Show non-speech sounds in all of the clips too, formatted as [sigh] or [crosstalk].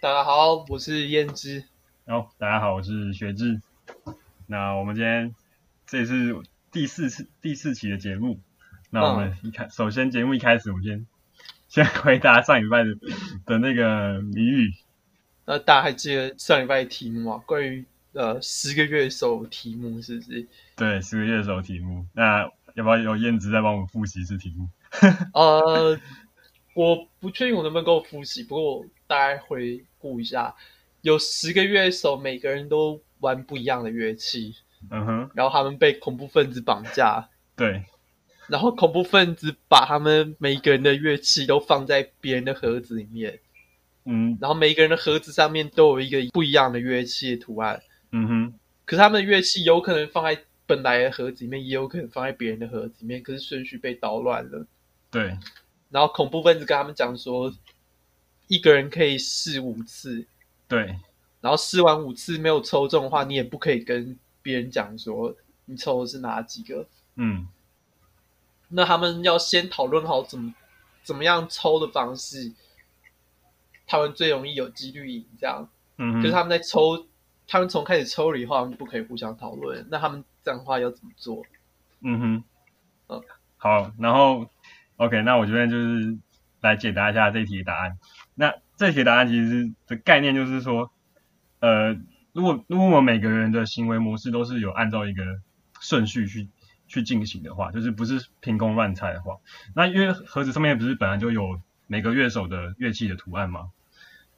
大家好，我是胭脂。哦，大家好，我是学志。那我们今天这是第四次第四期的节目。那我们一开、首先节目一开始，我先先回答上礼拜的的那个谜语。那大家还记得上礼拜的题目吗？关于呃十个月手题目是不是？对，十个月的时候题目。那要不要有燕子再帮我们复习一次题目？呃， [laughs] 我不确定我能不能够复习，不过我大概回顾一下，有十个乐手，每个人都玩不一样的乐器，嗯哼，然后他们被恐怖分子绑架，对然后恐怖分子把他们每个人的乐器都放在别人的盒子里面，嗯然后每个人的盒子上面都有一个不一样的乐器的图案。嗯哼，可是他们的乐器有可能放在本来的盒子里面，也有可能放在别人的盒子里面，可是顺序被捣乱了。对，然后恐怖分子跟他们讲说，一个人可以试五次，对，然后试完五次没有抽中的话，你也不可以跟别人讲说你抽的是哪几个。嗯那他们要先讨论好怎么怎么样抽的方式，他们最容易有几率赢这样。嗯可哼，是他们在抽，他们从开始抽了以后，他们不可以互相讨论。那他们这样的话要怎么做？嗯哼嗯，好，然后 OK，那我这边就是来解答一下这一题的答案。那这题的答案其实的概念就是说，呃，如果如果我们每个人的行为模式都是有按照一个顺序去去进行的话，就是不是凭空乱猜的话，那因为盒子上面不是本来就有每个乐手的乐器的图案吗？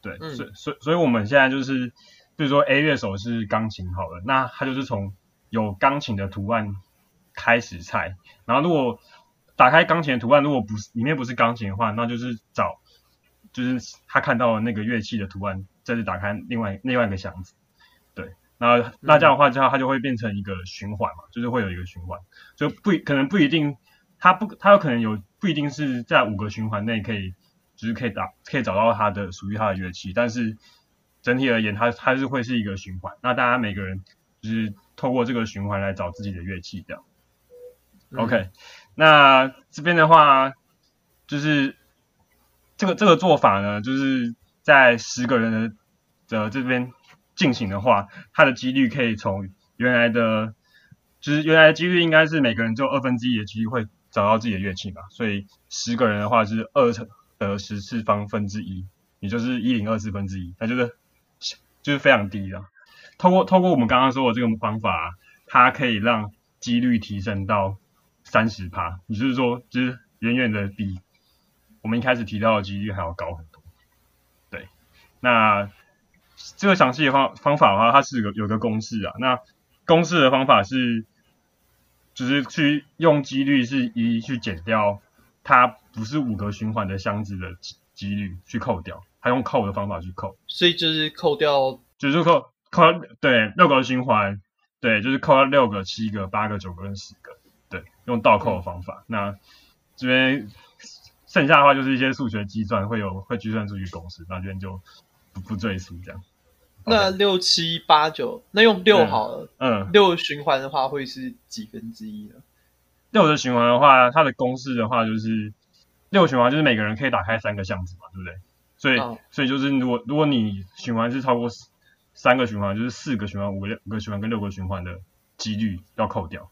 对，嗯所以所以所以我们现在就是，比如说 A 乐手是钢琴好了，那他就是从有钢琴的图案开始猜，然后如果打开钢琴的图案，如果不是里面不是钢琴的话，那就是找就是他看到的那个乐器的图案，再去打开另外另外一个箱子。对，那那这样的话，这样它就会变成一个循环嘛，就是会有一个循环，就不可能不一定，它不它有可能有不一定是在五个循环内可以，就是可以打可以找到它的属于它的乐器，但是整体而言，它它是会是一个循环。那大家每个人就是透过这个循环来找自己的乐器，这样。嗯 OK，那这边的话，就是这个这个做法呢，就是在十个人的呃的这边进行的话，它的几率可以从原来的，就是原来的几率应该是每个人只有二分之一的几率会找到自己的乐器嘛，所以十个人的话是二乘的十次方分之一，也就是一零二四分之一，那就是就是非常低的。透过透过我们刚刚说的这个方法、啊它可以让几率提升到三十趴，也就是说，就是远远的比我们一开始提到的几率还要高很多。对，那这个详细的方方法的话，它是有有个公式啊。那公式的方法是，就是去用几率是一去减掉它不是五个循环的箱子的几几率去扣掉，它用扣的方法去扣。所以就是扣掉就是扣扣到对六个循环，对，就是扣到六个、七个、八个、九个跟十个，对，用倒扣的方法。那这边剩下的话就是一些数学计算，会有会计算出一个公式，那这边就不不赘述这样。那 OK，六七八九，那用六对好了。嗯，六循环的话会是几分之一呢？六的循环的话，它的公式的话就是六循环就是每个人可以打开三个箱子嘛，对不对？所以、嗯所以就是如果如果你循环是超过三个循环，就是四个循环、五个五个循环跟六个循环的几率要扣掉。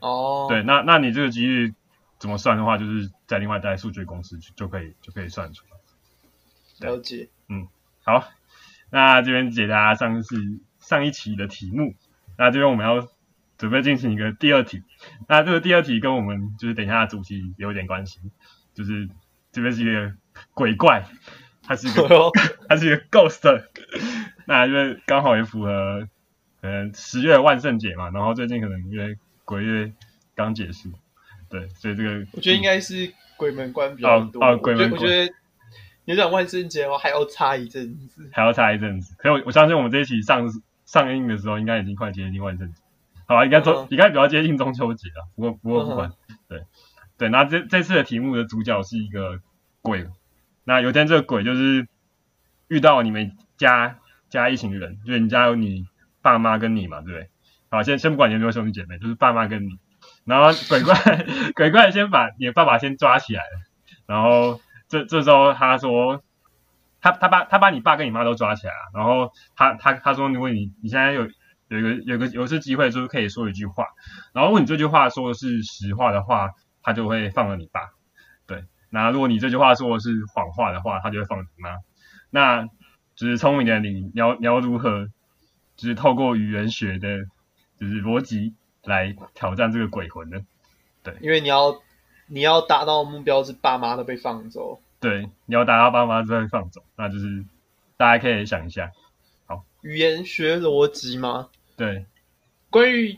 哦，对，，那那你这个几率怎么算的话，就是在另外带数学公式就就可以就可以算出来。了解。好，那这边解答上次上一期的题目，那这边我们要准备进行一个第二题。那这个第二题跟我们就是等一下的主题有点关系，就是这边是一个鬼怪，[laughs] 它是一个哦它是一个 ghost，那因为刚好也符合可能十月万圣节嘛，然后最近可能因为鬼月刚结束，对，所以这个我觉得应该是鬼门关比较多。哦哦鬼门我关觉得我觉得有点万圣节的话哦还要差一阵子。还要差一阵子。可是我我相信我们这一期上上映的时候，应该已经快接近万圣节，好吧？应该中、嗯应该比较接近中秋节了。不过不过嗯不管，对对。那这这次的题目的主角是一个鬼，那有一天这个鬼就是遇到你们家家一行人，就是你家有你爸妈跟你嘛，对不对？好，先先不管你有没有兄弟姐妹，就是爸妈跟你。然后鬼怪 [laughs] 鬼怪先把你的爸爸先抓起来了，然后这这时候他说他他把他把你爸跟你妈都抓起来了，然后他他他说，如果你你现在有有一个有一个有一次机会，就是可以说一句话，然后如果你这句话说的是实话的话，他就会放了你爸。对，那如果你这句话说的是谎话的话，他就会放你妈。那就是聪明的你，你要你要如何，就是透过语言学的，就是逻辑来挑战这个鬼魂呢？因为你要你要达到的目标是爸妈都被放走。对，你要达到爸妈之后放走，那就是大家可以想一下，语言学逻辑吗？对，关于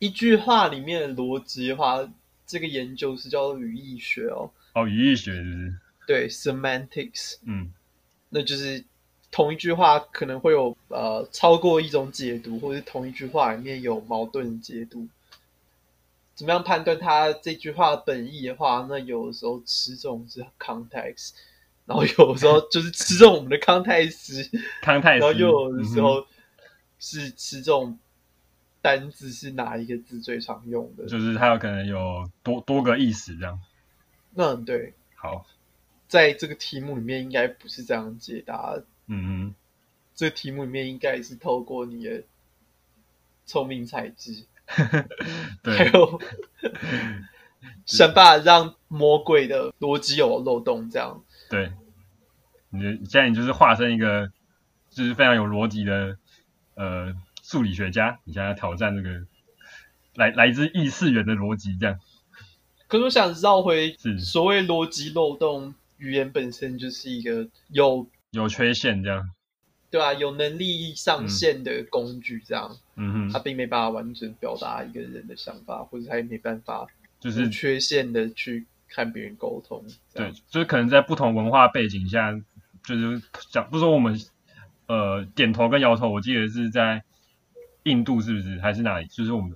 一句话里面的逻辑的话，这个研究是叫做语义学哦，哦，语义学是不是？对，semantics，嗯，那就是同一句话可能会有呃超过一种解读，或是同一句话里面有矛盾的解读。怎么样判断它这句话的本意的话，那有的时候吃重是 context，然后有的时候就是吃重我们的 context，康泰斯，然后又有的时嗯候是吃重单字是哪一个字最常用的哼、。就是它有可能有多多个意思这样。那对，好，在这个题目里面应该不是这样解答的，嗯嗯，这个题目里面应该是透过你的聪明才智， [laughs] 还对， [laughs] 有想办法让魔鬼的逻辑有漏洞，这样对，你的现在你就是化身一个就是非常有逻辑的呃数理学家，你现在要挑战这个来来自异次元的逻辑，这样可是我想绕回是所谓逻辑漏洞，语言本身就是一个有有缺陷这样，对吧、有能力上限的工具，这样、嗯它哼，并没办法完整表达一个人的想法，或者它也没办法就是无缺陷的去和别人沟通。这对样，，就是可能在不同文化背景下，就是讲，不说我们呃点头跟摇头，我记得是在印度是不是还是哪里？就是我们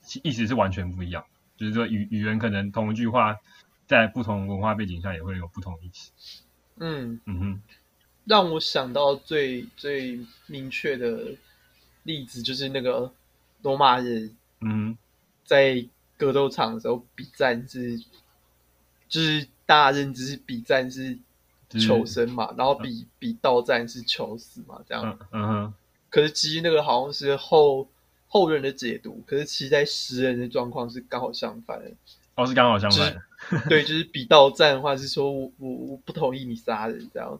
其意思是完全不一样，就是说语语言可能同一句话在不同文化背景下也会有不同意思。嗯。嗯哼，让我想到最最明确的例子就是那个罗马人嗯在格斗场的时候比战是，就是大家认知是比战是就是求生嘛，然后比比到战是求死嘛，这哼，样。嗯嗯哼，可是其实那个好像是后后人的解读，可是其实在实人的状况是刚好相反 [laughs] 的。哦是刚好相就是反的，对，就是比到战的话是说我我我不同意你杀人这样，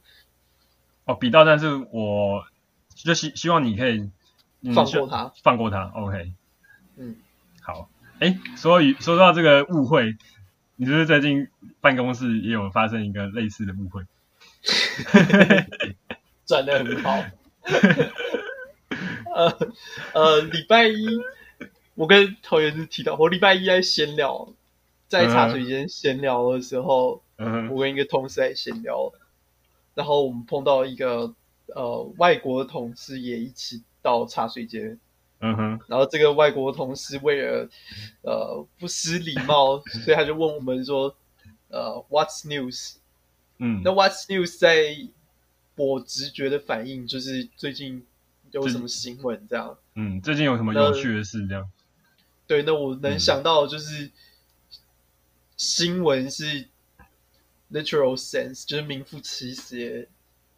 哦比到，但是我就希希望你可以、嗯、放希过他。放过他，OK。嗯，好，哎，说与说到这个误会，你是不是最近办公室也有发生一个类似的误会？转的很好。 [laughs] 呃呃，礼拜一我跟桃园是提到，我礼拜一在闲聊，在茶水间闲聊的时候，嗯哼，我跟一个同事在闲聊，然后我们碰到一个呃外国的同事也一起到茶水间，嗯哼，然后这个外国同事为了呃不失礼貌，所以他就问我们说，呃，What's news？嗯那，What's News 在我直觉的反应就是最近有什么新闻这样？嗯，最近有什么有趣的事？这样，对，那我嗯能想到的就是、新闻是 literal sense，就是名副其实的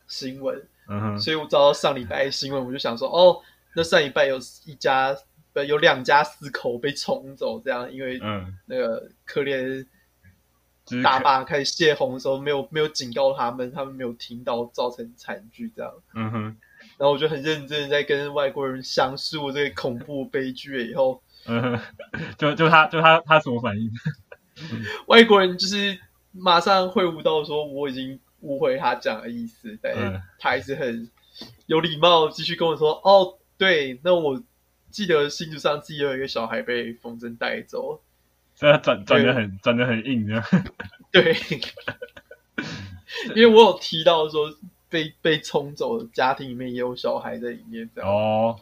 新闻。嗯哼，所以我找到上礼拜的新闻，我就想说，哦，那上礼拜有一家不有两家四口被冲走，这样因为嗯，那个可怜就是大可，坝开始泄洪的时候，没有没有警告他们，他们没有听到，造成惨剧这样。嗯哼，然后我就很认真的在跟外国人详述这个恐怖悲剧了以后，嗯哼， [laughs] 就就他就他他什么反应？外国人就是马上会悟到说我已经误会他讲的意思，但嗯是他还是很有礼貌，继续跟我说哦，对，那我记得新竹上自己有一个小孩被风筝带走，所以他转转的很转的很硬，这样， [laughs] 对，因为我有提到说被被冲走的家庭里面也有小孩在里面，这样。哦，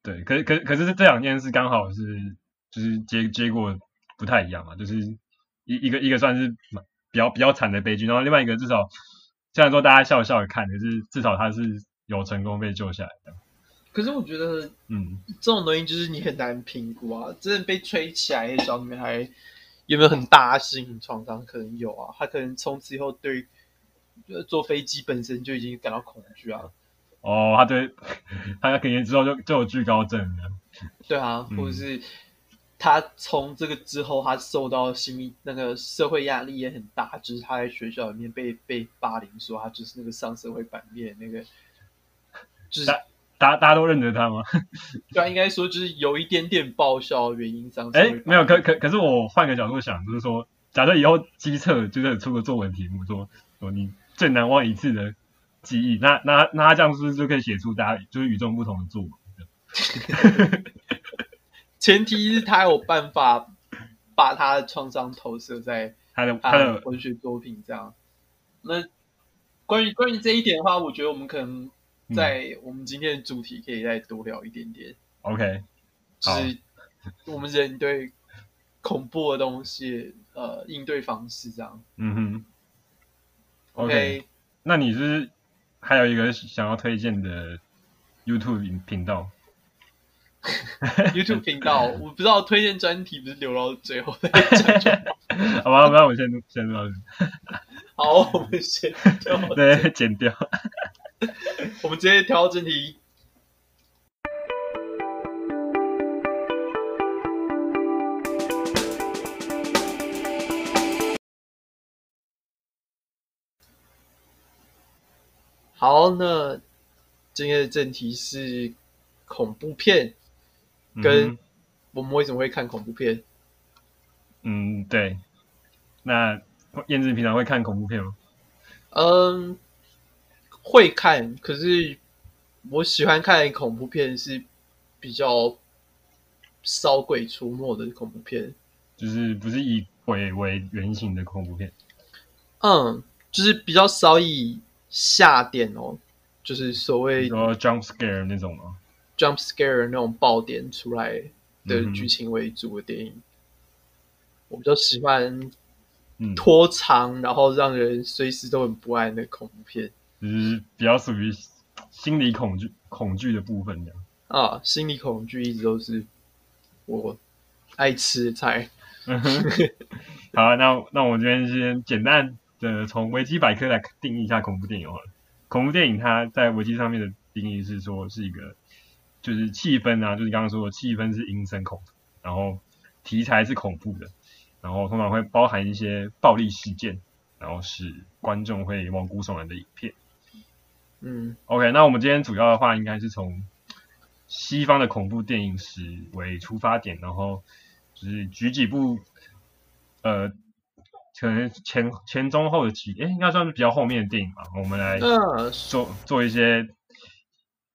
对，可是可是可是这两件事刚好是就是结结果不太一样嘛，就是一一个一个算是蛮比较比较惨的悲剧，然后另外一个至少虽然说大家笑笑的看，可是至少他是有成功被救下来的。可是我觉得嗯，这种东西就是你很难评估啊，真的被吹起来的小女孩有没有很大的心理创伤？可能有啊，她可能从此以后对呃坐飞机本身就已经感到恐惧啊，哦，他对 [laughs] 他可能之后就就有惧高症了。对啊，嗯或者是他从这个之后，他受到心理那个社会压力也很大，就是他在学校里面被被霸凌，说他就是那个上社会版面那个，哎就是大家大家都认得他吗？对啊，应该说就是有一点点爆笑的原因上社会版哎面。，没有，可可可是我换个角度想，就是说，假设以后机测就是出个作文题目，说说你最难忘一次的记忆，那那那他这样是不是就可以写出大家就是与众不同的作文？前提是他有办法把他的创伤投射在他的他他的的文学作品这样。那关于关于这一点的话，我觉得我们可能嗯在我们今天的主题可以再多聊一点点， OK，就好是我们人对恐怖的东西呃应对方式这样。嗯哼，OK OK，那你是不是还有一个想要推荐的 YouTube 频频道？ [laughs] YouTube 频道，我不知道推荐专题不是留到最后再讲就好吧，那我先先录到这好，我们 [laughs] 先跳，里，对，剪掉。我们直接跳到正题。好，那今天的正题是恐怖片，跟嗯哼我们为什么会看恐怖片？嗯对，那燕子平常会看恐怖片吗？嗯，会看，可是我喜欢看恐怖片是比较烧鬼出没的恐怖片。就是不是以鬼为原型的恐怖片？嗯，就是比较少以下点哦，就是所比谓如说 jump scare 那种吗？ jump scare 那种爆点出来的嗯哼剧情为主的电影。我比较喜欢嗯，拖长，然后让人随时都很不安的恐怖片就是比较属于心理恐惧恐惧的部分这样。啊，心理恐惧一直都是我爱吃的菜。嗯哼 [laughs] 好，那那我这边先简单的从维基百科来定义一下恐怖电影好了。恐怖电影它在维基上面的定义是说是一个，就是气氛啊，就是你刚刚说的气氛是阴森恐怖，然后题材是恐怖的，然后通常会包含一些暴力事件，然后使观众会毛骨悚然的影片。嗯 OK，那我们今天主要的话应该是从西方的恐怖电影史为出发点，然后就是举几部呃，可能前前中后的几，诶，应该算是比较后面的电影吧。我们来，那做做一些，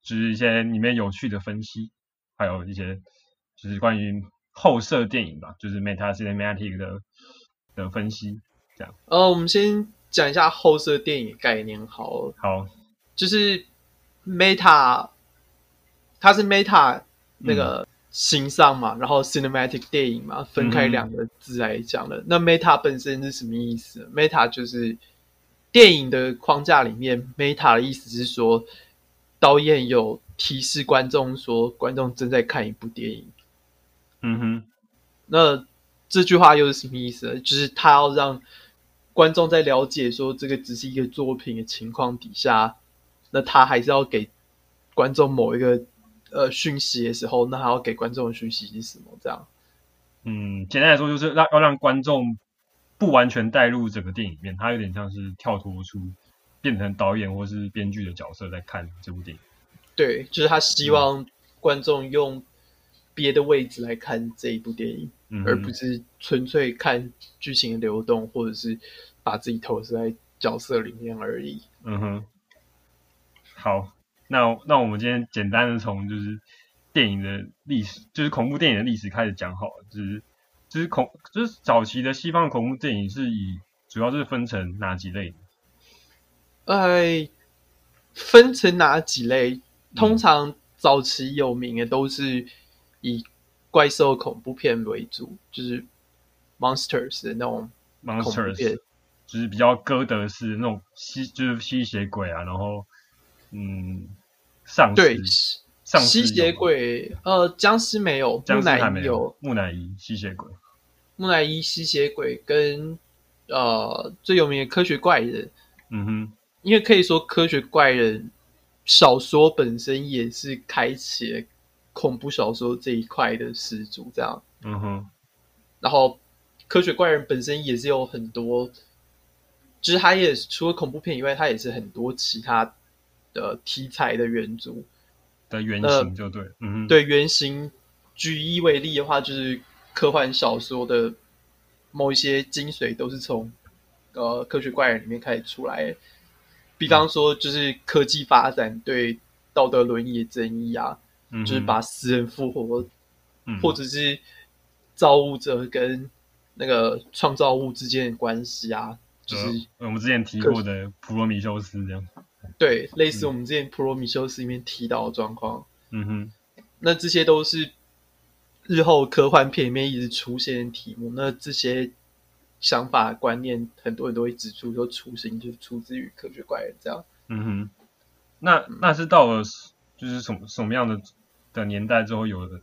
就是一些里面有趣的分析，还有一些就是关于后设电影吧，就是 meta cinematic 的的分析。呃，我们先讲一下后设电影概念好了，好，就是 Meta，它是 Meta 那个形上嘛，然后 Cinematic 电影嘛，分开嗯两个字来讲的。那 Meta 本身是什么意思？Meta 就是电影的框架里面，Meta 的意思是说，导演有提示观众说，观众正在看一部电影。嗯哼，那这句话又是什么意思呢？就是他要让观众在了解说这个只是一个作品的情况底下，那他还是要给观众某一个呃讯息的时候，那他要给观众的讯息是什么？这样，嗯，简单来说就是让要让观众不完全带入整个电影里面，它有点像是跳脱出变成导演或是编剧的角色在看这部电影。对，就是他希望观众用别的位置来看这一部电影，嗯哼，而不是纯粹看剧情的流动，或者是把自己投射在角色里面而已。嗯哼，好，那那我们今天简单的从就是电影的历史，就是恐怖电影的历史开始讲好了，就是就是恐就是早期的西方恐怖电影是以主要是分成哪几类？哎，分成哪几类？嗯通常早期有名的都是以怪兽恐怖片为主，就是 monsters 的那种恐怖 monsters，片。就是比较哥德式的那种吸，就是吸血鬼啊，然后嗯，丧对，尸，吸丧尸吸血有吗，鬼，呃，僵尸没有，僵木尸还乃没伊有，木乃伊吸血鬼，木乃伊吸血鬼跟呃最有名的科学怪人，嗯哼，因为可以说《科学怪人》小说本身也是开启了恐怖小说这一块的始祖，这样。嗯哼，然后《科学怪人》本身也是有很多，就是它也除了恐怖片以外，它也是很多其他的题材的元祖。的原呃型就对，嗯哼，，对原型，举一为例的话，就是科幻小说的某一些精髓都是从呃科学怪人里面开始出来的。比方说，就是科技发展对道德伦理的争议啊，嗯哼、就是把死人复活，嗯或者是造物者跟那个创造物之间的关系啊，就是呃我们之前提各过的普罗米修斯这样，对类似我们之前普罗米修斯里面提到的状况。嗯哼，那这些都是日后科幻片里面一直出现的题目。那这些想法观念，很多人都会指出说，雏形就是出自于科学怪人这样。嗯哼，那那是到了就是什么什么样的的年代之后有的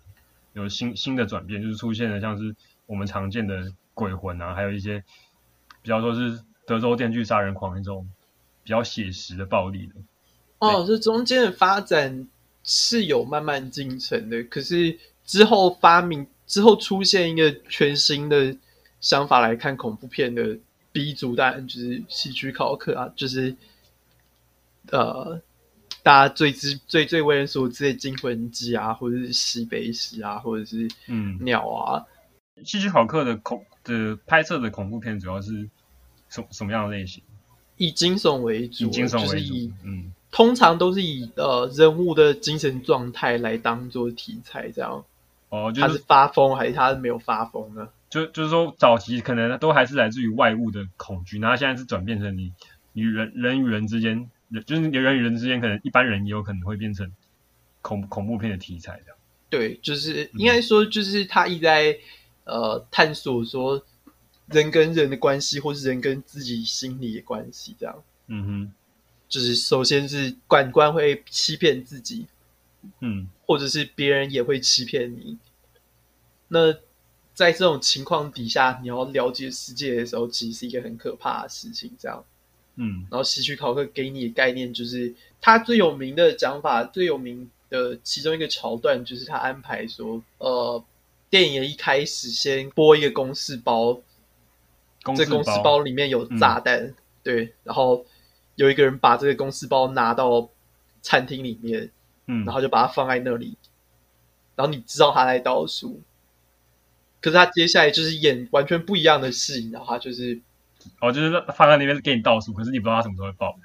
有新新的转变，就是出现了像是我们常见的鬼魂啊，还有一些比较说是德州电锯杀人狂那种比较写实的暴力的，哦，这中间的发展是有慢慢进程的，可是之后发明之后出现一个全新的想法来看恐怖片的鼻祖，当然就是希区考克啊，就是呃。大家最知最最为人所知的《惊魂记》啊，或者是《西北史》啊，或者是嗯，鸟啊，希区考克的恐的拍摄的恐怖片主要是什什么样的类型？以惊悚为主，啊以惊悚就是为以主，嗯通常都是以呃人物的精神状态来当做题材，这样哦，就他是是发疯还是他没有发疯呢？就就是说，早期可能都还是来自于外物的恐惧，然后现在是转变成你你人人与人之间，人就是人与人之间，可能一般人也有可能会变成恐恐怖片的题材这样。对，就是应该说就是他一直在呃探索说人跟人的关系，或是人跟自己心理的关系，这样嗯就是首先是感官会欺骗自己，哼，嗯或者是别人也会欺骗你。那在这种情况底下，你要了解世界的时候，其实是一个很可怕的事情。这样，嗯然后希区考克给你的概念就是，他最有名的讲法，最有名的其中一个桥段就是他安排说，呃，电影的一开始先播一个公式包，公这式公式包，嗯包里面有炸弹，对，然后有一个人把这个公式包拿到餐厅里面，嗯然后就把它放在那里，然后你知道他在倒数，可是他接下来就是演完全不一样的事情，然后他就是哦，就是放在那边给你倒数，可是你不知道它什么时候会爆。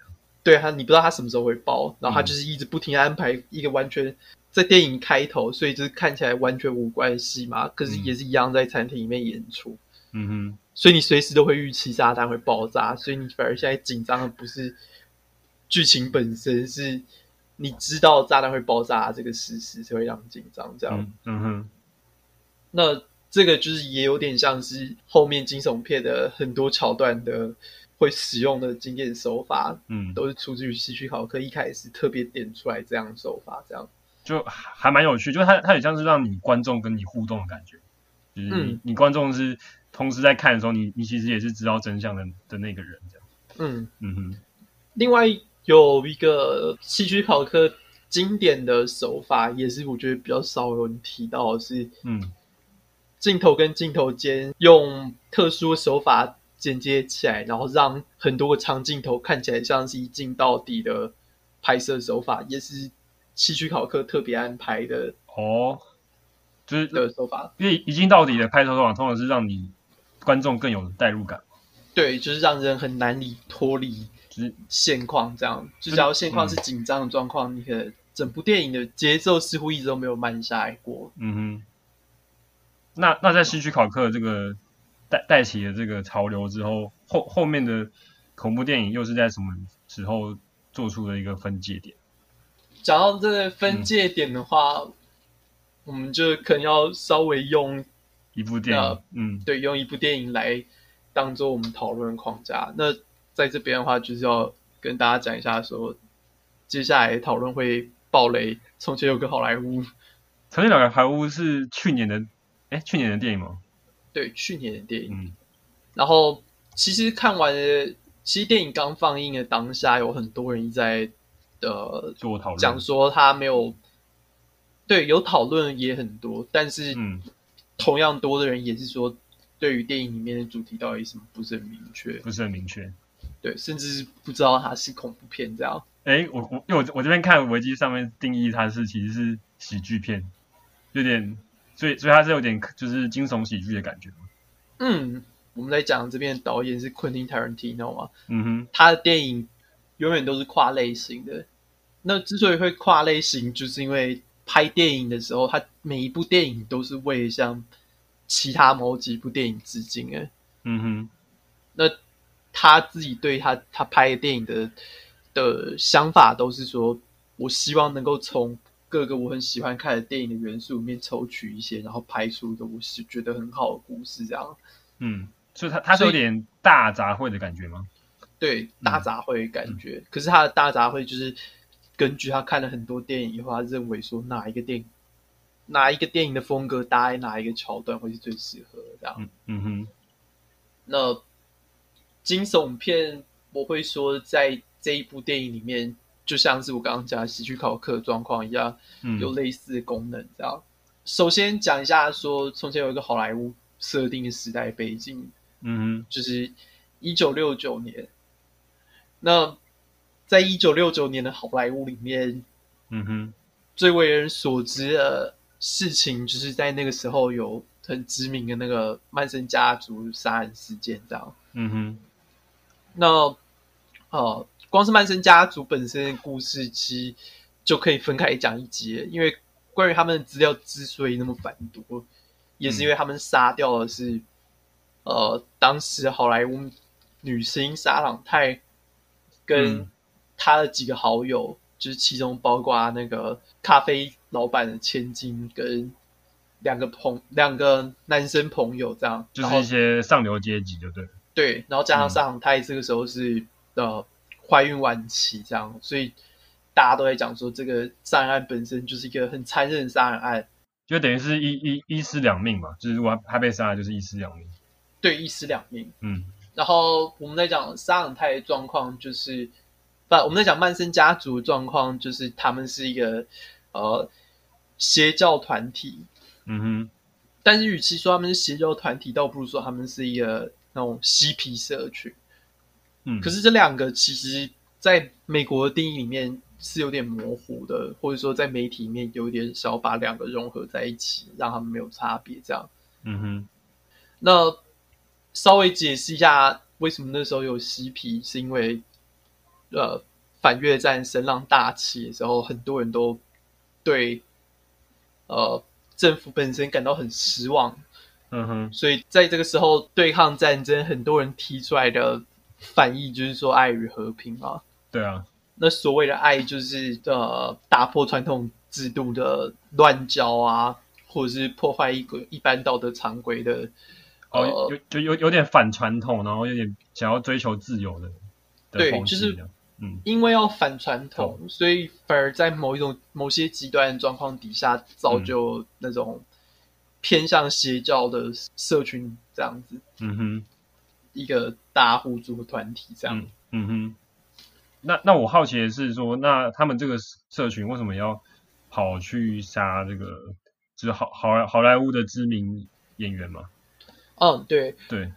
对他，你不知道他什么时候会爆，然后他就是一直不停地安排一个完全在电影开头，所以就是看起来完全无关系嘛，可是也是一样在餐厅里面演出，嗯所以你随时都会预期炸弹会爆炸，所以你反而现在紧张的不是剧情本身，是你知道炸弹会爆炸这个事实，才会让你紧张这哼，样。嗯嗯哼，那这个就是也有点像是后面惊悚片的很多桥段的会使用的经典手法，嗯，都是出自于希区考克一开始特别点出来这样的手法，这样。就还蛮有趣，就是它它很像是让你观众跟你互动的感觉，就是你、嗯你观众是同时在看的时候，你你其实也是知道真相的的那个人这样。嗯，嗯哼，另外有一个希区考克经典的手法，也是我觉得比较少有人提到的是嗯镜头跟镜头间用特殊的手法剪接起来，然后让很多个长镜头看起来像是一镜到底的拍摄手法，也是希区考克特别安排的哦，就是的手法。因为一镜到底的拍摄手法，通常是让你观众更有代入感，对，就是让人很难以脱离就是现况，这样。就只要现况是紧张的状况，你可能整部电影的节奏似乎一直都没有慢下来过。嗯哼。那那在希区考克这个带带起了这个潮流之后，后后面的恐怖电影又是在什么时候做出了一个分界点？讲到这个分界点的话，我们就可能要稍微用一部电影那，嗯对，用一部电影来当做我们讨论框架。那在这边的话，就是要跟大家讲一下说，接下来讨论会爆雷。从前有个好莱坞，曾经两个排屋是去年的，哎，去年的电影吗？对，去年的电影。嗯然后其实看完了其实电影刚放映的当下，有很多人在呃做讨论，讲说他没有，对，有讨论也很多，但是嗯，同样多的人也是说，对于电影里面的主题到底什么不是很明确，不是很明确。对，甚至是不知道它是恐怖片这样。诶，哎我我因为我我这边看维基上面定义它是其实是喜剧片，有点，所以所以它是有点就是惊悚喜剧的感觉。嗯，我们在讲这边的导演是昆汀·塔伦提诺嘛，嗯哼，他的电影永远都是跨类型的。那之所以会跨类型，就是因为拍电影的时候，他每一部电影都是为向其他某几部电影致敬的。嗯哼，那他自己对他他拍的电影的的想法都是说，我希望能够从各个我很喜欢看的电影的元素里面抽取一些，然后拍出一个我是觉得很好的故事，这样嗯，所以它它是所以有点大杂烩的感觉吗？嗯对大杂烩的感觉。可是他的大杂烩就是根据他看了很多电影以后，他认为说哪一个电影哪一个电影的风格搭在哪一个桥段会是最适合的这样。嗯嗯哼，那惊悚片，我会说在这一部电影里面，就像是我刚刚讲的喜剧考课状况一样，嗯，有类似的功能。这样，首先讲一下说，从前有一个好莱坞设定的时代背景，嗯就是一九六九年。那在一九六九年的好莱坞里面，哼，嗯哼，最为人所知的事情，就是在那个时候有很知名的那个曼森家族杀人事件，这样。嗯哼，那呃，光是曼森家族本身的故事，其实就可以分开讲一节，因为关于他们的资料之所以那么繁多，也是因为他们杀掉的是、呃，当时好莱坞女星莎朗泰跟嗯她的几个好友，就是其中包括那个咖啡老板的千金跟。两个朋，两个男生朋友这样，就然是后一些上流阶级，就对了。对，然后加上嗯上海这个时候是、呃怀孕晚期这样，所以大家都在讲说这个杀人案本身就是一个很残忍的杀人案，就等于是一一一尸两命嘛，就是如果他他被杀，就是一尸两命。对一尸两命。嗯然后我们在讲沙朗泰的状况，就是不，我们在讲曼森家族的状况，就是他们是一个呃邪教团体，嗯但是与其说他们是邪教团体，倒不如说他们是一个那种嬉皮社群。哼，嗯，可是这两个其实在美国的定义里面是有点模糊的，或者说在媒体里面有点想把两个融合在一起，让他们没有差别这样。嗯哼，那稍微解释一下为什么那时候有嬉皮，是因为呃反越战声浪大起的时候，很多人都对呃政府本身感到很失望，嗯哼，所以在这个时候对抗战争，很多人提出来的反义就是说爱与和平嘛。对啊，那所谓的爱就是呃打破传统制度的乱交啊，或者是破坏一个一般道德常规的，呃，哦，有就有有点反传统，然后有点想要追求自由的，的对风气就是这样嗯因为要反传统，所以反而在某一种某些极端的状况底下，造就那种偏向邪教的社群这样子嗯哼，一个大互助的团体这样。嗯嗯哼。那那我好奇的是说，那他们这个社群为什么要跑去杀这个，就是好好莱好莱坞的知名演员嘛？嗯，对，对，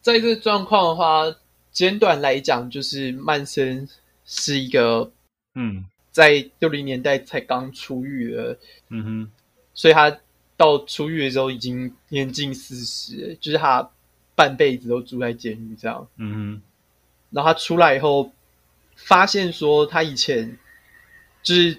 在这个状况的话，简短来讲就是曼森是一个嗯在六零年代才刚出狱的，嗯哼，所以他到出狱的时候已经年近四十，就是他半辈子都住在监狱这样。嗯然后他出来以后，发现说他以前就是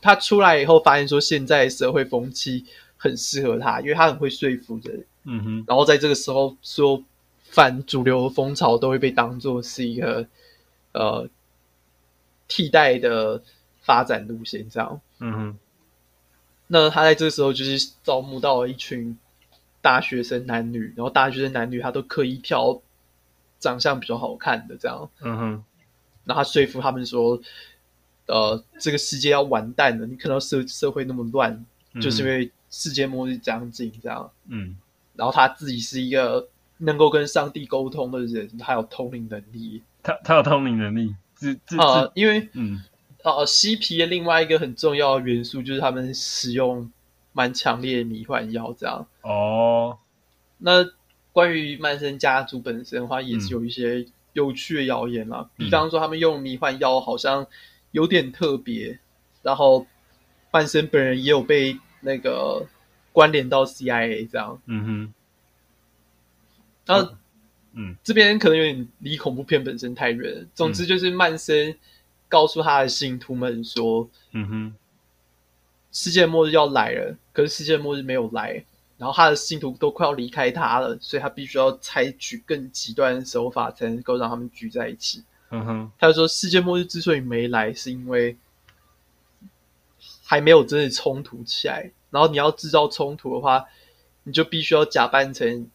他出来以后发现说现在社会风气很适合他，因为他很会说服人。哼，嗯哼，然后在这个时候说反主流风潮都会被当做是一个呃替代的发展路线这样。嗯哼，那他在这时候就是招募到了一群大学生男女，然后大学生男女他都刻意挑长相比较好看的这样，嗯哼，然后他说服他们说，呃，这个世界要完蛋了，你看到社社会那么乱，就是因为世界末日将近这样。嗯然后他自己是一个能够跟上帝沟通的人，他有通灵能力他他有通灵能力，自自啊、自，因为嗯，啊，嬉皮的另外一个很重要的元素就是他们使用蛮强烈的迷幻药，这样。哦，那关于曼森家族本身的话，也是有一些有趣的谣言啦，嗯比方说他们用迷幻药好像有点特别，然后曼森本人也有被那个关联到 CIA 这样。嗯然后嗯哼，这边可能有点离恐怖片本身太远了。总嗯之就是曼森告诉他的信徒们说，嗯嗯哼，世界末日要来了，可是世界末日没有来，然后他的信徒都快要离开他了，所以他必须要采取更极端的手法才能够让他们聚在一起。嗯哼，他就说，世界末日之所以没来，是因为还没有真的冲突起来。然后你要制造冲突的话，你就必须要假扮成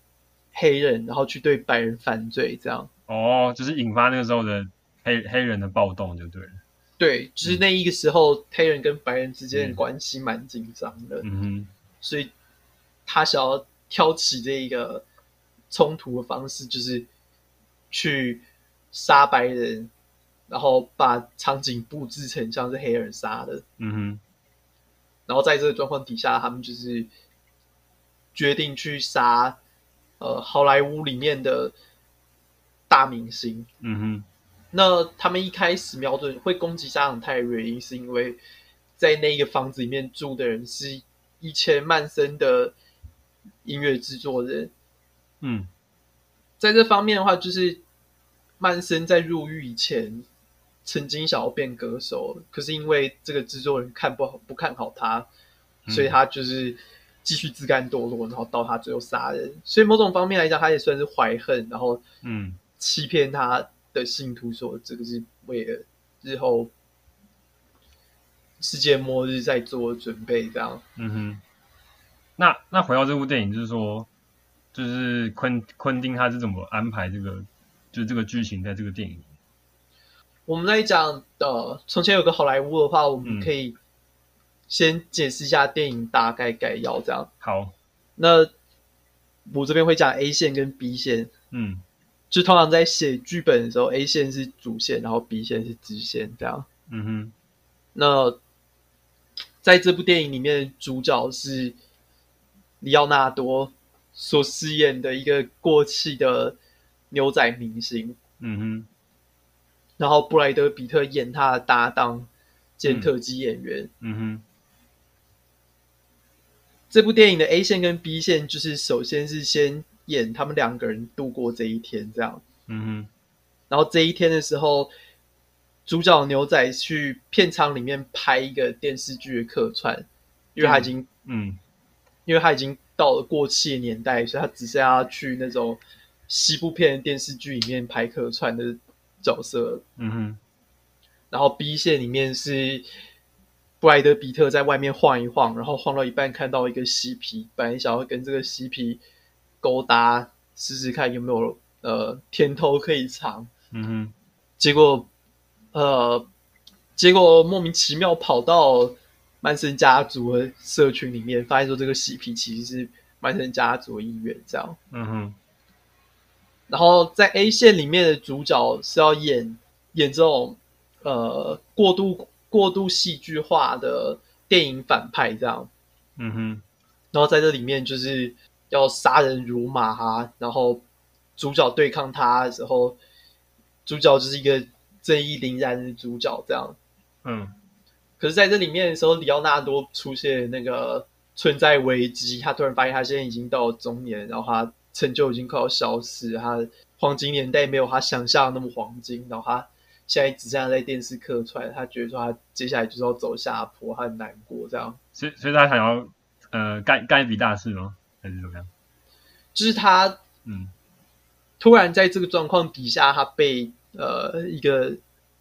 黑人，然后去对白人犯罪，这样。哦，就是引发那个时候的黑黑人的暴动就对了，对，就是那一个时候，黑人跟白人之间嗯的关系蛮紧张的，嗯哼，所以他想要挑起这一个冲突的方式，就是去杀白人，然后把场景布置成像是黑人杀的，嗯哼，然后在这个状况底下，他们就是决定去杀呃好莱坞里面的大明星，嗯哼，那他们一开始瞄准会攻击沙朗泰的原因，是因为在那个房子里面住的人是以前曼森的音乐制作人。嗯在这方面的话，就是曼森在入狱以前曾经想要变歌手，可是因为这个制作人看不好不看好他，嗯所以他就是继续自甘堕落，然后到他最后杀人。所以某种方面来讲，他也算是怀恨，然后嗯欺骗他的信徒说这个是为了日后世界末日在做准备，这样。嗯哼，那那回到这部电影，就是说，就是昆昆汀他是怎么安排这个，就是这个剧情在这个电影里，我们来讲，呃，从前有个好莱坞的话，我们可以先解释一下电影大概概要这样。好，那我这边会讲 A 线跟 B 线，嗯就通常在写剧本的时候，A 线是主线，然后 B 线是支线这样。嗯哼，那在这部电影里面，主角是里奥纳多所饰演的一个过气的牛仔明星，嗯然后布莱德比特演他的搭档兼特技演员。哼，嗯哼，这部电影的 A 线跟 B 线，就是首先是先演他们两个人度过这一天，这样。嗯哼，然后这一天的时候，主角牛仔去片场里面拍一个电视剧的客串，因为他已经嗯因为他已经到了过气的年代，所以他只剩下去那种西部片的电视剧里面拍客串的角色。嗯哼，然后 B 线里面是布莱德比特在外面晃一晃，然后晃到一半看到一个嬉皮，本来想要跟这个嬉皮勾搭试试看有没有呃甜头可以尝，嗯哼，结果呃结果莫名其妙跑到曼森家族的社群里面，发现说这个嬉皮其实是曼森家族的一员，这样。嗯哼，然后在 A 线里面的主角是要演演这种呃过度过度戏剧化的电影反派这样，嗯哼，然后在这里面就是要杀人如麻哈，然后主角对抗他的时候，主角就是一个正义凛然的主角这样。嗯可是在这里面的时候，里奥纳多出现那个存在危机，他突然发现他现在已经到了中年，然后他成就已经快要消失，他黄金年代没有他想象的那么黄金，然后他现在只剩下在电视客串，他觉得说他接下来就是要走下坡，他很难过，这样所以所以他想要呃干干一笔大事吗？还是怎么样？就是他嗯突然在这个状况底下，他被呃一个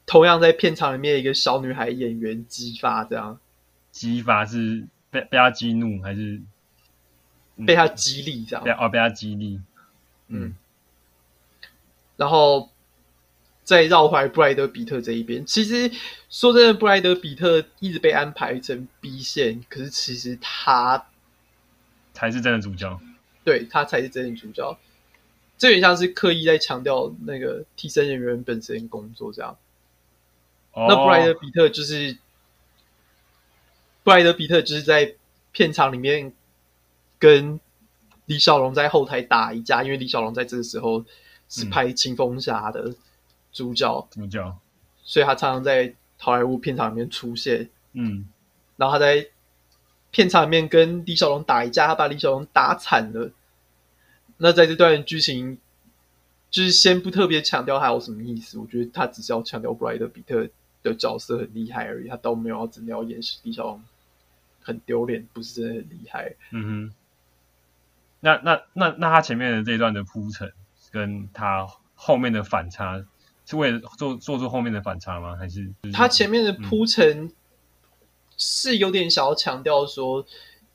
同样在片场里面的一个小女孩演员激发，这样激发是被被他激怒还是被他激励，这样被哦被他激励？嗯，然后再绕回布莱德比特这一边。其实说真的，布莱德比特一直被安排成 B 线，可是其实他才是真的主角。对他才是真正主角。这有点像是刻意在强调那个替身人员本身工作这样。哦那布莱德比特就是布莱德比特就是在片场里面跟李小龙在后台打一架，因为李小龙在这个时候是嗯拍《青蜂侠》的主角，主角，所以他常常在好莱坞片场里面出现。嗯，然后他在片场里面跟李小龙打一架，他把李小龙打惨了。那在这段剧情，就是先不特别强调他有什么意思，我觉得他只是要强调布莱德比特的角色很厉害而已，他倒没有要真的要掩饰李小龙很丢脸，不是真的很厉害。嗯哼，那那那那他前面的这一段的铺陈，跟他后面的反差，是为了做做出后面的反差吗？还是就是他前面的铺陈是有点想要强调说，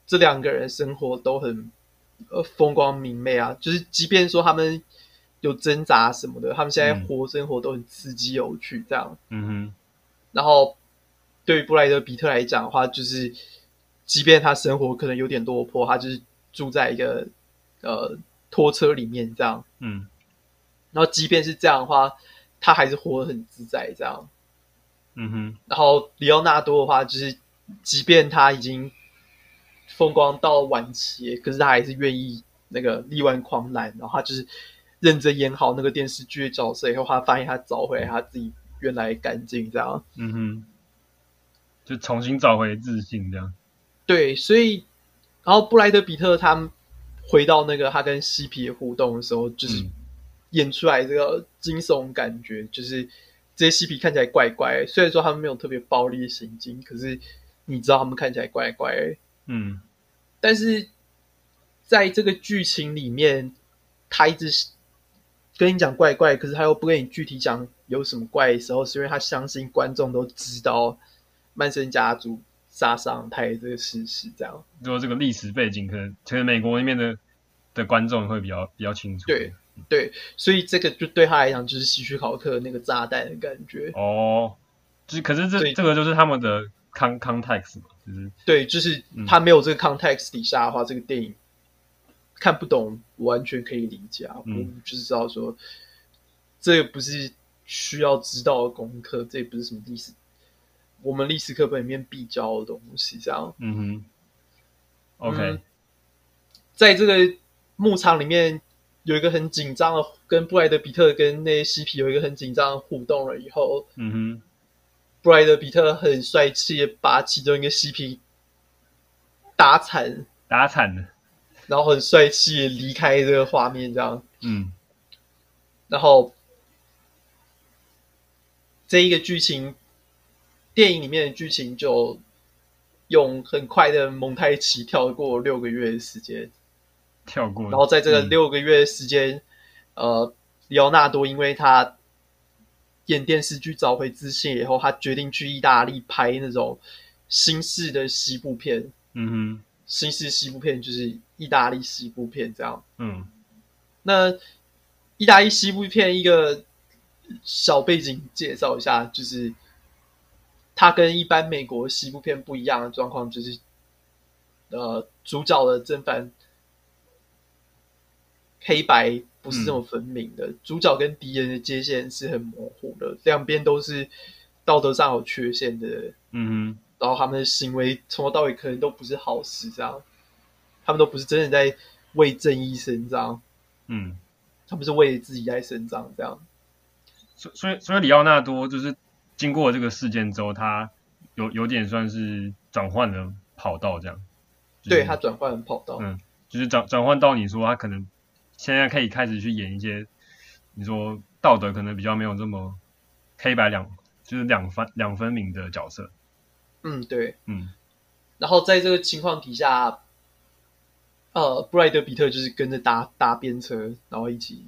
这两个人生活都很呃风光明媚啊，就是即便说他们有挣扎什么的，他们现在嗯活生活都很刺激有趣这样。嗯然后对于布莱德比特来讲的话，就是即便他生活可能有点落魄，他就是住在一个呃拖车里面这样，哼，嗯然后即便是这样的话，他还是活得很自在这样。嗯哼，然后里奥纳多的话，就是即便他已经风光到晚期，可是他还是愿意那个力挽狂澜，然后他就是认真演好那个电视剧的角色以后，他发现他找回来他自己原来的干净，这样嗯哼，就重新找回自信这样，对，所以然后布莱德比特他们回到那个他跟嬉皮的互动的时候，就是嗯演出来这个惊悚感觉，就是这些嬉皮看起来怪怪，虽然说他们没有特别暴力的行径，可是你知道他们看起来怪怪的。嗯但是在这个剧情里面，他一直是跟你讲怪怪，可是他又不跟你具体讲有什么怪的时候，是因为他相信观众都知道曼森家族杀伤太这个事实，这样就这个历史背景，可能可能美国那边的的观众会比较比较清楚，对，对，所以这个就对他来讲就是希区考克那个炸弹的感觉，哦，就是可是对这这个就是他们的 con context 嘛，就是对，就是嗯他没有这个 context 底下的话，这个电影看不懂，我完全可以理解啊，嗯我就是知道说这个不是需要知道的功课，这也不是什么历史我们历史课本里面必教的东西，这样。嗯哼，OK，嗯在这个牧场里面有一个很紧张的，跟布莱德比特跟那些嬉皮有一个很紧张的互动了以后，嗯布莱德比特很帅气的把其中一个嬉皮打惨，哼，打惨了，然后很帅气的离开这个画面，这样。嗯然后这一个剧情，电影里面的剧情就用很快的蒙太奇跳过六个月的时间，跳过，然后在这个嗯六个月的时间，呃，里奥纳多因为他演电视剧找回自信以后，他决定去意大利拍那种新式的西部片，嗯新式西部片就是意大利西部片这样。哼，嗯那意大利西部片一个小背景介绍一下，就是它跟一般美国西部片不一样的状况，就是呃，主角的正反黑白不是这么分明的，主角跟敌人的界限是很模糊的，两边都是道德上有缺陷的人嗯然后他们的行为从头到尾可能都不是好事，这样，他们都不是真的在为正义伸张。哼，嗯，他不是为自己在伸张这样。所所以所以里奥纳多就是经过这个事件之后，他有有点算是转换了跑道这样，就是对他转换跑道，嗯就是转转换到你说他可能现在可以开始去演一些你说道德可能比较没有这么黑白两就是两分两分明的角色，嗯，对。嗯然后在这个情况底下，呃，布莱德比特就是跟着搭搭便车，然后一起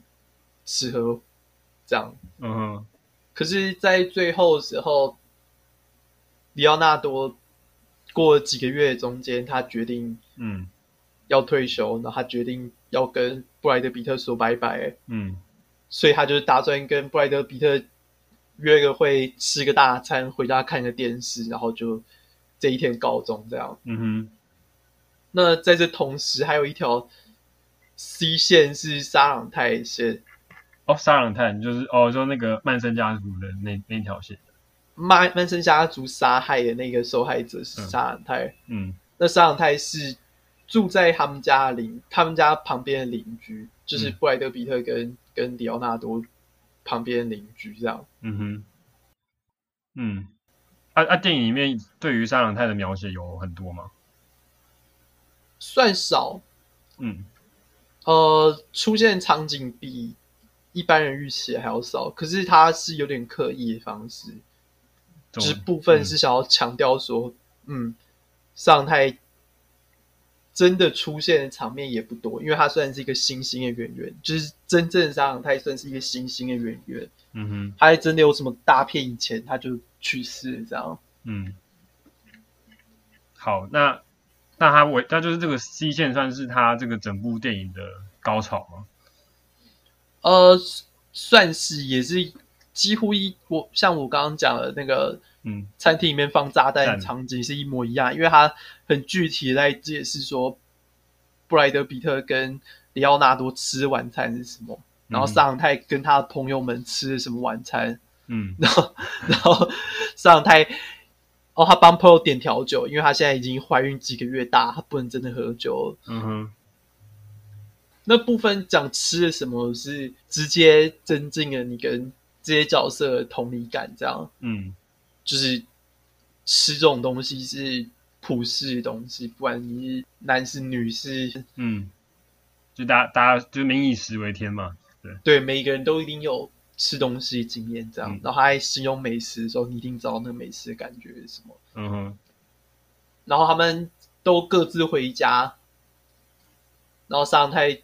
吃喝这样。嗯哼可是，在最后的时候，里奥纳多过了几个月中间，他决定嗯要退休，然后他决定要跟布莱德比特说拜拜。嗯所以他就是打算跟布莱德比特约个会，吃个大餐，回家看个电视，然后就这一天告终这样。嗯哼那在这同时，还有一条 C 线是沙朗泰线，哦，沙朗泰就是哦，就那个曼森家族的那那条线，曼曼森家族杀害的那个受害者是嗯沙朗泰，嗯那沙朗泰是住在他们家的邻，他们家旁边的邻居，就是嗯布莱德比特跟、跟里奥纳多旁边的邻居这样。嗯哼，嗯，啊啊，电影里面对于沙朗泰的描写有很多吗？算少，嗯呃，出现场景比一般人预期还要少，可是它是有点刻意的方式，这就是种部分是想要强调说，嗯，上太真的出现的场面也不多，因为它虽然是一个新兴的演员，就是真正上太算是一个新兴的演员，嗯哼。他还真的有什么大片以前他就去世这样。嗯，好，那那他为那就是这个 C 线算是他这个整部电影的高潮吗？呃，算是也是几乎一我像我刚刚讲的那个嗯餐厅里面放炸弹的弹场景是一模一样，因为他很具体的在解释说布莱德比特跟里奥纳多吃晚餐是什么，然后嗯上泰跟他的朋友们吃了什么晚餐， [laughs] 嗯然后然后上泰。哦，他帮朋友点调酒，因为他现在已经怀孕几个月大，他不能真的喝酒了嗯哼那部分讲吃的什么是直接增进了你跟这些角色的同理感，这样嗯就是吃这种东西是普世的东西，不管你是男是女是，嗯，就大家大家就民以食为天嘛，对每个人都一定有吃东西的经验，这样。嗯然后他在形容美食的时候，你一定知道那个美食的感觉是什么。嗯哼然后他们都各自回家。然后上太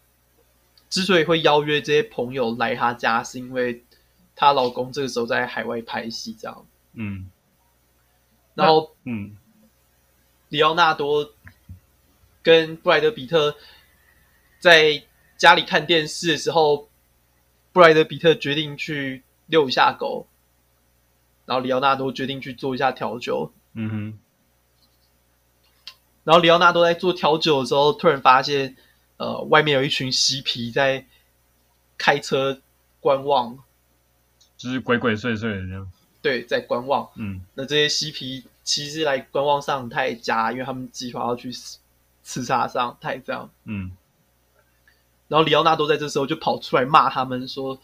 之所以会邀约这些朋友来她家，是因为她老公这个时候在海外拍戏，这样。嗯然后嗯里奥纳多跟布莱德比特在家里看电视的时候，布莱德比特决定去遛一下狗，然后里奥纳多决定去做一下调酒。嗯哼然后里奥纳多在做调酒的时候，突然发现，呃，外面有一群嬉皮在开车观望，就是鬼鬼祟祟的这样，对，在观望。嗯那这些嬉皮其实来观望上太家，因为他们计划要去刺刺杀上太这样。嗯然后里奥纳多在这时候就跑出来骂他们说：“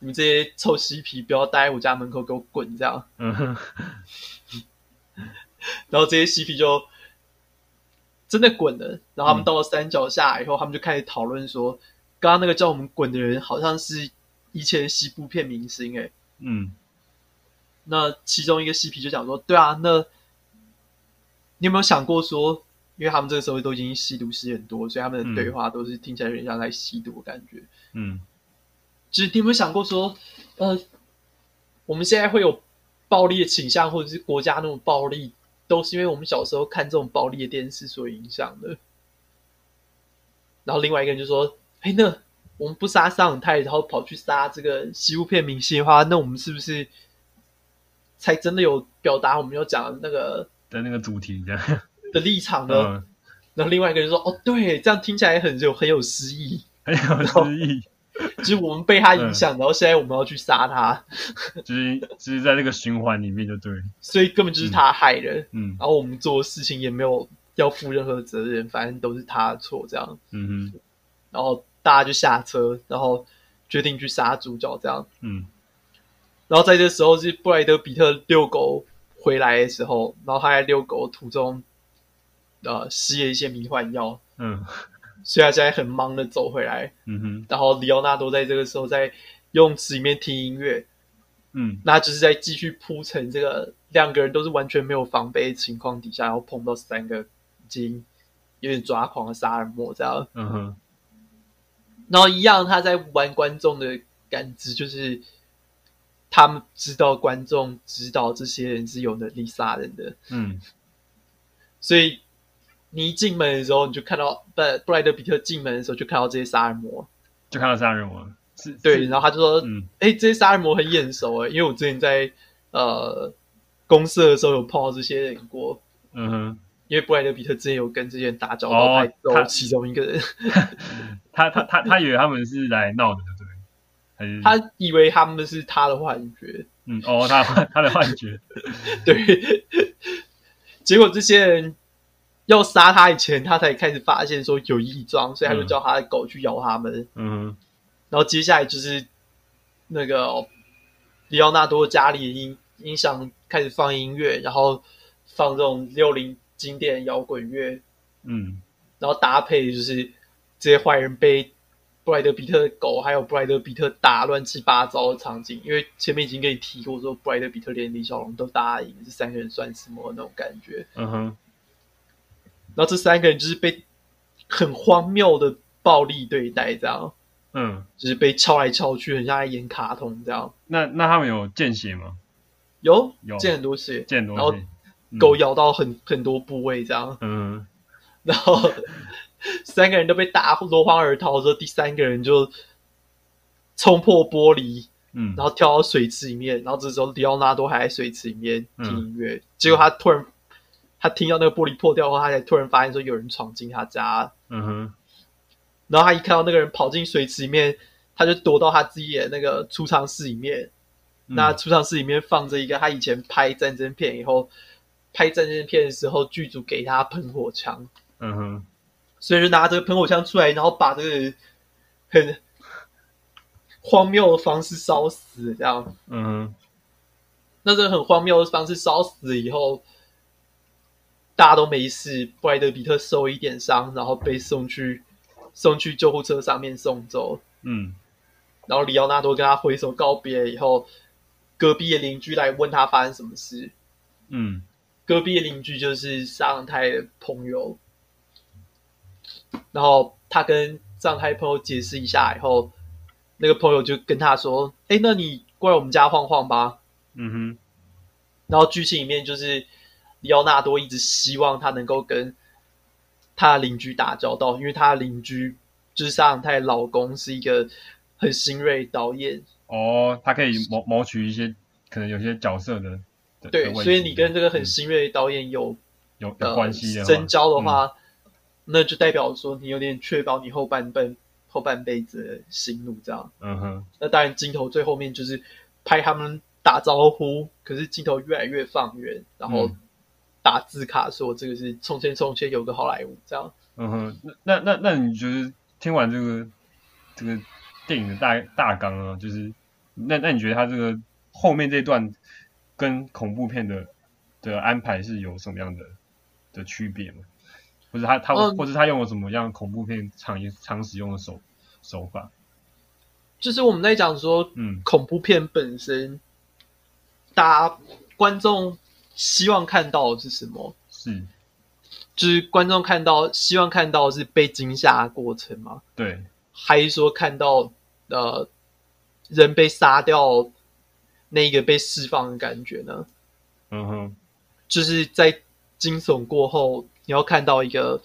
你们这些臭嬉皮，不要待在我家门口，给我滚！”这样。嗯哼然后这些嬉皮就真的滚了。然后他们到了山脚下以后，他们就开始讨论说，刚刚那个叫我们滚的人好像是以前的西部片明星诶、欸嗯那其中一个嬉皮就讲说，对啊，那你有没有想过说，因为他们这个时候都已经吸毒吸很多，所以他们的对话都是听起来有点像在吸毒的感觉。嗯就是你有没有想过说，呃，我们现在会有暴力的倾向，或者是国家那种暴力，都是因为我们小时候看这种暴力的电视所影响的。然后另外一个人就说：“哎，那我们不杀上海泰，然后跑去杀这个西部片明星的话，那我们是不是才真的有表达我们要讲的那个的那个主题这样，的立场呢？”嗯，然后另外一个人说：“哦，对，这样听起来很有很有诗意，很有诗意，就是我们被他影响，然后现在我们要去杀他，就是就是在这个循环里面就对了，所以根本就是他害人。嗯然后我们做的事情也没有要负任何责任，反正都是他的错这样。嗯哼然后大家就下车，然后决定去杀主角这样。嗯然后在这时候是布莱德比特遛狗回来的时候，然后他在遛狗途中，呃，吸了一些迷幻药，嗯所以他现在很忙的走回来。嗯哼然后里奥纳多在这个时候在游泳池里面听音乐，嗯那就是在继续铺陈这个两个人都是完全没有防备的情况底下，然后碰到三个已经有点抓狂的杀人魔这样，嗯哼然后一样他在玩观众的感知，就是他们知道观众知道这些人是有能力杀人的，嗯所以你一进门的时候你就看到不布莱德比特进门的时候就看到这些杀人魔，就看到杀人魔，是对，是然后他就说，嗯。哎、这些杀人魔很眼熟哎、因为我之前在呃公社的时候有碰到这些人过。嗯哼， [laughs] 因为布莱德比特之前有跟这些人打招呼，还哦他揍其中一个人，他他他他以为他们是来闹的，对不对？还是他以为他们是他的幻觉，嗯哦，他 [laughs] 他的幻觉， [laughs] 对。结果这些人要杀他以前，他才开始发现说有异状，所以他就嗯叫他的狗去咬他们。嗯然后接下来就是那个哦里奥纳多家里的音音响开始放音乐，然后放这种六零经典摇滚乐，嗯然后搭配就是这些坏人被布莱德比特的狗还有布莱德比特打乱七八糟的场景。因为前面已经跟你提过说，布莱德比特连李小龙都打赢，这三个人算什么那种感觉。嗯哼，然后这三个人就是被很荒谬的暴力对待，这样嗯，就是被敲来敲去，很像在演卡通这样。那那他们有见血吗？有有见很多血，见多然后血，嗯狗咬到很很多部位这样，嗯然后三个人都被打落荒而逃之后，第三个人就冲破玻璃，嗯，然后跳到水池里面，然后这时候里奥纳多还在水池里面嗯听音乐，结果他突然他听到那个玻璃破掉后，他才突然发现说有人闯进他家，嗯哼，然后他一看到那个人跑进水池里面，他就躲到他自己的那个储藏室里面，嗯那储藏室里面放着一个他以前拍战争片以后拍战争片的时候剧组给他喷火枪，嗯哼，所以就拿这个喷火枪出来，然后把这个很荒谬的方式烧死，这样。嗯哼，那这个很荒谬的方式烧死以后，大家都没事，布莱德比特受一点伤，然后被送去送去救护车上面送走。嗯然后里奥纳多跟他挥手告别以后，隔壁的邻居来问他发生什么事，嗯隔壁的邻居就是沙朗泰的朋友，然后他跟沙朗泰朋友解释一下以后，那个朋友就跟他说：“哎，那你过来我们家晃晃吧。嗯哼，”然后剧情里面就是里奥纳多一直希望他能够跟他的邻居打交道，因为他的邻居就是沙朗泰的老公是一个很新锐的导演，哦，他可以谋谋取一些可能有些角色的的对的，位所以置你跟这个很嗯新锐的导演有有有呃关系的话嗯深交的话，那就代表说你有点确保你后半辈后半辈子的心路这样。嗯哼，那当然，镜头最后面就是拍他们打招呼，可是镜头越来越放远，然后嗯打字卡说这个是“从前从前有个好莱坞”这样。嗯哼，那那那那你觉得听完这个这个电影的大大纲啊，就是那那你觉得他这个后面这段跟恐怖片的的安排是有什么样的的区别吗？或者他他、嗯或者他用了什么样恐怖片常常使用的手手法？就是我们在讲说嗯恐怖片本身，大家观众希望看到的是什么？是，就是观众看到希望看到的是被惊吓的过程吗？对，还是说看到呃人被杀掉那一个被释放的感觉呢？嗯哼，就是在惊悚过后，你要看到一个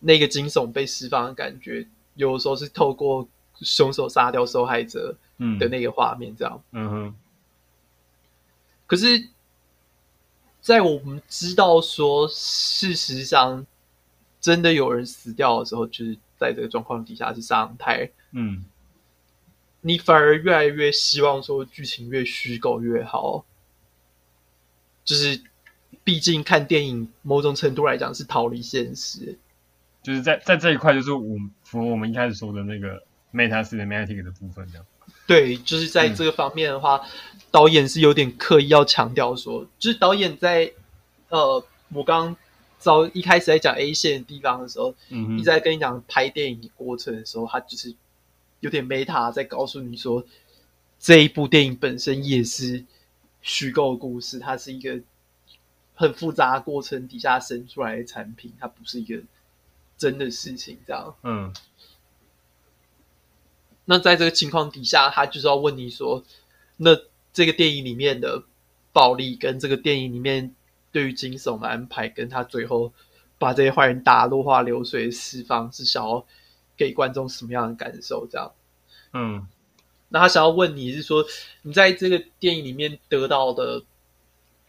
那个惊悚被释放的感觉，有的时候是透过凶手杀掉受害者嗯，的那个画面这样。嗯哼，可是，在我们知道说事实上真的有人死掉的时候，就是在这个状况底下是杀人胎。嗯你反而越来越希望说剧情越虚构越好，哦就是毕竟看电影某种程度来讲是逃离现实，就是在在这一块，就是我们符合我们一开始说的那个 meta cinematic 的部分，这样。对，就是在这个方面的话，导演是有点刻意要强调说，就是导演在呃，我刚早一开始在讲 A 线的地方的时候，嗯一哼直，在跟你讲拍电影过程的时候，他就是有点 meta 在告诉你说，这一部电影本身也是虚构故事，它是一个很复杂的过程底下生出来的产品，它不是一个真的事情。这样，嗯那在这个情况底下，他就是要问你说，那这个电影里面的暴力跟这个电影里面对于惊悚的安排，跟他最后把这些坏人打得落花流水的释放，是想要给观众什么样的感受？这样，嗯那他想要问你是说，你在这个电影里面得到的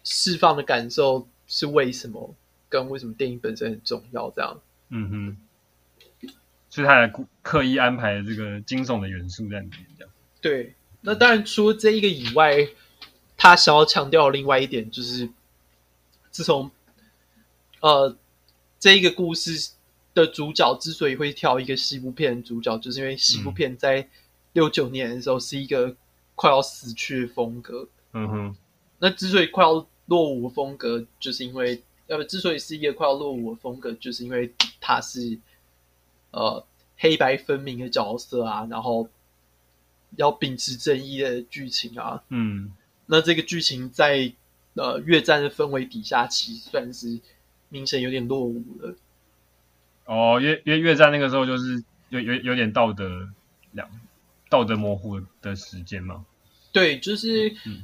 释放的感受是为什么？跟为什么电影本身很重要这样。嗯哼，所以他还故刻意安排了这个惊悚的元素在里面，这样。对，那当然除了这一个以外，他想要强调的另外一点就是，自从呃这一个故事的主角之所以会挑一个西部片的主角，就是因为西部片在六九年的时候是一个快要死去的风格。嗯哼，那之所以快要落伍的风格，就是因为呃，之所以是一个快要落伍的风格，就是因为它是呃黑白分明的角色啊，然后要秉持正义的剧情啊，嗯那这个剧情在呃越战的氛围底下，其实算是明显有点落伍了。哦，越越越战那个时候就是有有有点道德两道德模糊的时间嘛。对，就是嗯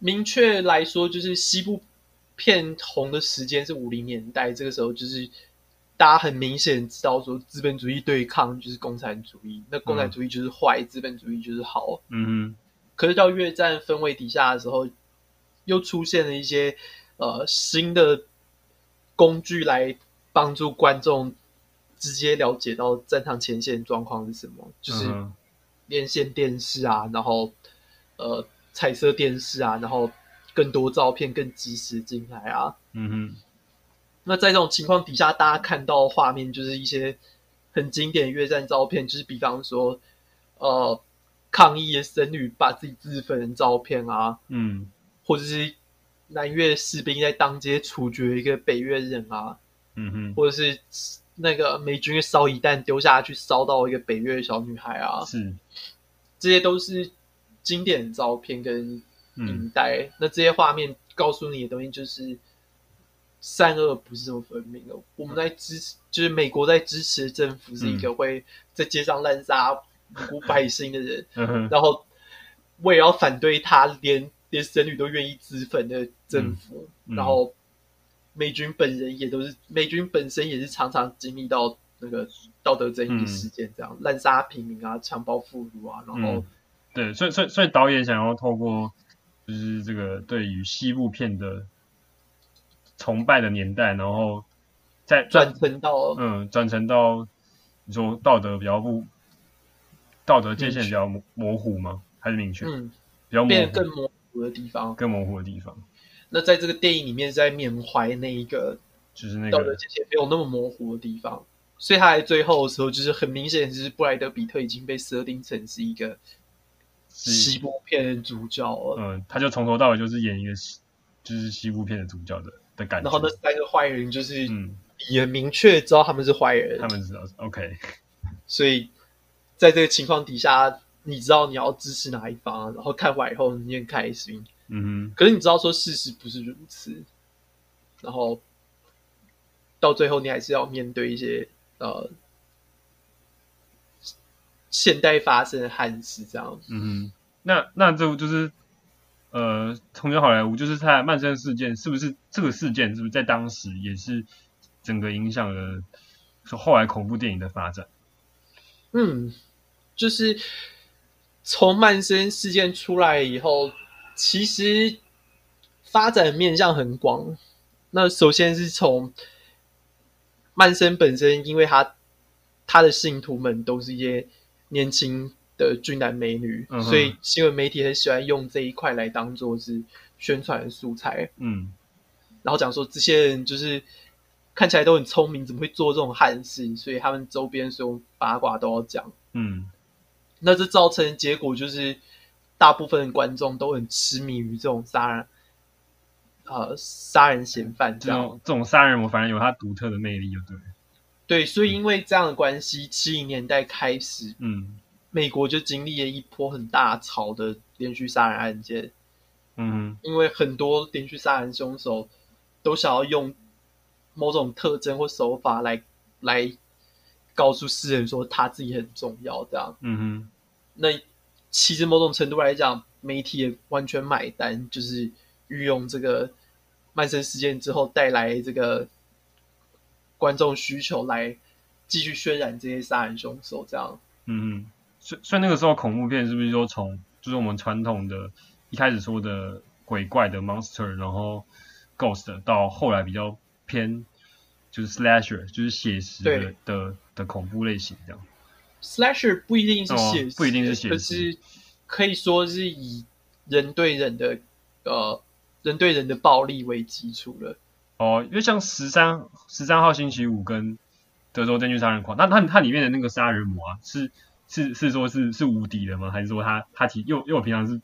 明确来说，就是西部片红的时间是五零年代，这个时候就是大家很明显知道说，资本主义对抗就是共产主义，那共产主义就是坏，资本主义就是好。嗯可是到越战氛围底下的时候，又出现了一些呃新的工具来帮助观众直接了解到战场前线状况是什么，哼，就是嗯哼连线电视啊，然后呃彩色电视啊，然后更多照片、更及时进来啊，嗯哼，那在这种情况底下，大家看到的画面就是一些很经典的越战照片，就是比方说，呃，抗议的僧侣把自己自焚的照片啊，嗯或者是南越士兵在当街处决一个北越人啊，嗯哼。或者是那个美军的烧夷弹丢下去烧到一个北越的小女孩啊，是，这些都是经典的照片跟嗯影带。那这些画面告诉你的东西就是善恶不是这么分明的。我们在支持，就是美国在支持的政府是一嗯个会在街上滥杀无辜百姓的人，嗯哼，然后我也要反对他连连僧侣都愿意自焚的政府，嗯嗯然后美军本人也都是美军本身也是常常经历到那个道德争议事件，这样、滥杀平民啊、强暴妇孺啊，然后、嗯，对，所以所以所以导演想要透过就是这个对于西部片的崇拜的年代，然后再转成到嗯转成到你说道德比较不道德界限比较模模糊吗？还是明确？嗯比较模变得更糊模糊的地方。更模糊的地方，那在这个电影里面，是在缅怀那一个就是那道德个界限没有那么模糊的地方，所以他在最后的时候，就是很明显，就是布莱德比特已经被设定成是一个西是部片的主角了。嗯，他就从头到尾就是演一个西就是西部片的主角的的感觉。然后那三个坏人就是嗯，也明确知道他们是坏人，他们知道 [laughs] OK，所以在这个情况底下，你知道你要支持哪一方，然后看完以后你很开心。嗯可是你知道说事实不是如此，然后到最后你还是要面对一些呃现代发生的憾事这样。嗯哼，那那这就是呃，同学好莱坞就是他的曼森事件，是不是这个事件是不是在当时也是整个影响了说后来恐怖电影的发展？嗯，就是从曼森事件出来以后，其实发展面向很广。那首先是从曼森本身，因为他他的信徒们都是一些年轻的俊男美女，嗯哼所以新闻媒体很喜欢用这一块来当做是宣传的素材，嗯然后讲说这些人就是看起来都很聪明，怎么会做这种憾事？所以他们周边所有八卦都要讲。嗯那这造成的结果就是，大部分的观众都很痴迷于这种杀人，呃，杀人嫌犯这这样种。这种杀人魔反正有它独特的魅力，就对了。对，所以因为这样的关系，七零年代开始，嗯美国就经历了一波很大潮的连续杀人案件，嗯因为很多连续杀人凶手都想要用某种特征或手法来来告诉世人说他自己很重要这样。嗯哼那其实某种程度来讲，媒体也完全买单，就是运用这个曼森事件之后带来这个观众需求来继续渲染这些杀人凶手，这样嗯哼，所以所以那个时候恐怖片是不是就从就是我们传统的一开始说的鬼怪的 monster，然后 ghost 到后来比较偏就是 slasher，就是写实的对的的恐怖类型这样。 slasher 不一定是写实、哦不一定是写实可是可以说是以人对人的呃人对人的暴力为基础了。哦，因为像十三十三号星期五跟德州电锯杀人狂，那它它里面的那个杀人魔啊，是是是说是是无敌的吗？还是说他他提因为因为我平常是比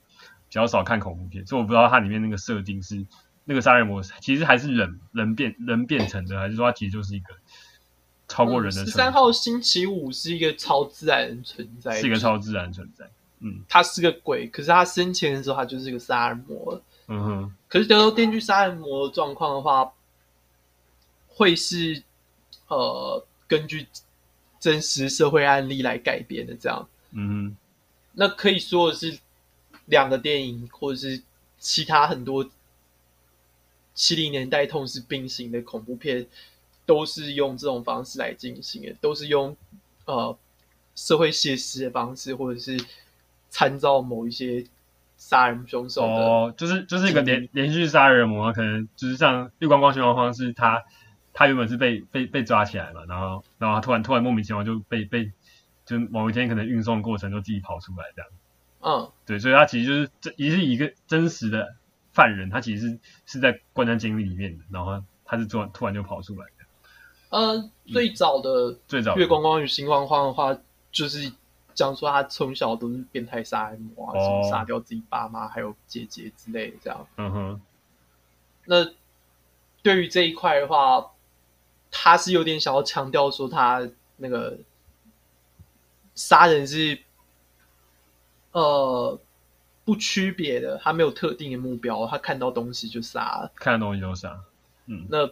较少看恐怖片，所以我不知道它里面那个设定是那个杀人魔其实还是人人变人变成的，还是说它其实就是一个超过人的嗯哦十存三号星期五是一个超自然的存在，是一个，超自然存在。嗯他是个鬼，可是他生前的时候他就是个杀人魔了。嗯哼，可是德州电锯杀人魔的状况的话，会是呃根据真实社会案例来改编的这样。嗯那可以说的是两个电影，或者是其他很多七零年代同时并行的恐怖片，都是用这种方式来进行的，都是用呃社会写实的方式，或者是参照某一些杀人凶手哼，的。哦，就是就是一个连连续杀人魔，可能就是像绿光光循环方是他他原本是被被被抓起来嘛，然后然后他突然突然莫名其妙就被被就某一天可能运送过程就自己跑出来这样，嗯，对，所以他其实就是这也是一个真实的犯人，他其实是是在关在监狱里面的，然后他是突然突然就跑出来的，呃，最早的《嗯最早月光光与心慌慌》的话，就是讲说他从小都是变态杀人魔啊，哦什么杀掉自己爸妈还有姐姐之类的这样。嗯哼，那对于这一块的话，他是有点想要强调说他那个杀人是呃不区别的，他没有特定的目标，他看到东西就杀了。看得东西都杀，嗯那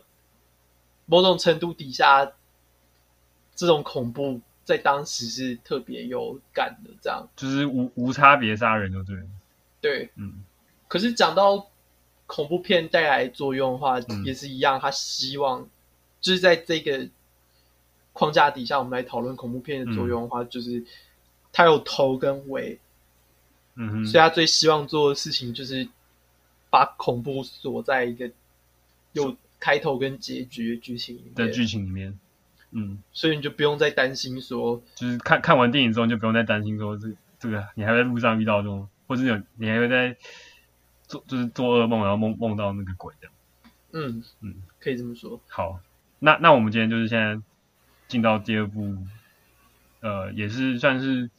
某种程度底下，这种恐怖在当时是特别有感的，这样就是无无差别杀人就对了，对。嗯可是讲到恐怖片带来作用的话，嗯也是一样，他希望就是在这个框架底下，我们来讨论恐怖片的作用的话，就是它有头跟尾，嗯哼，所以他最希望做的事情就是把恐怖锁在一个有开头跟结局的剧情里在面，剧情里面，嗯，所以你就不用再担心说，就是看看完电影之后，你就不用再担心说这这个你还会在路上遇到这种，或者有你还会在做就是做噩梦，然后梦梦到那个鬼这样。嗯嗯，可以这么说，好，那那我们今天就是现在进到第二部，呃，也是算是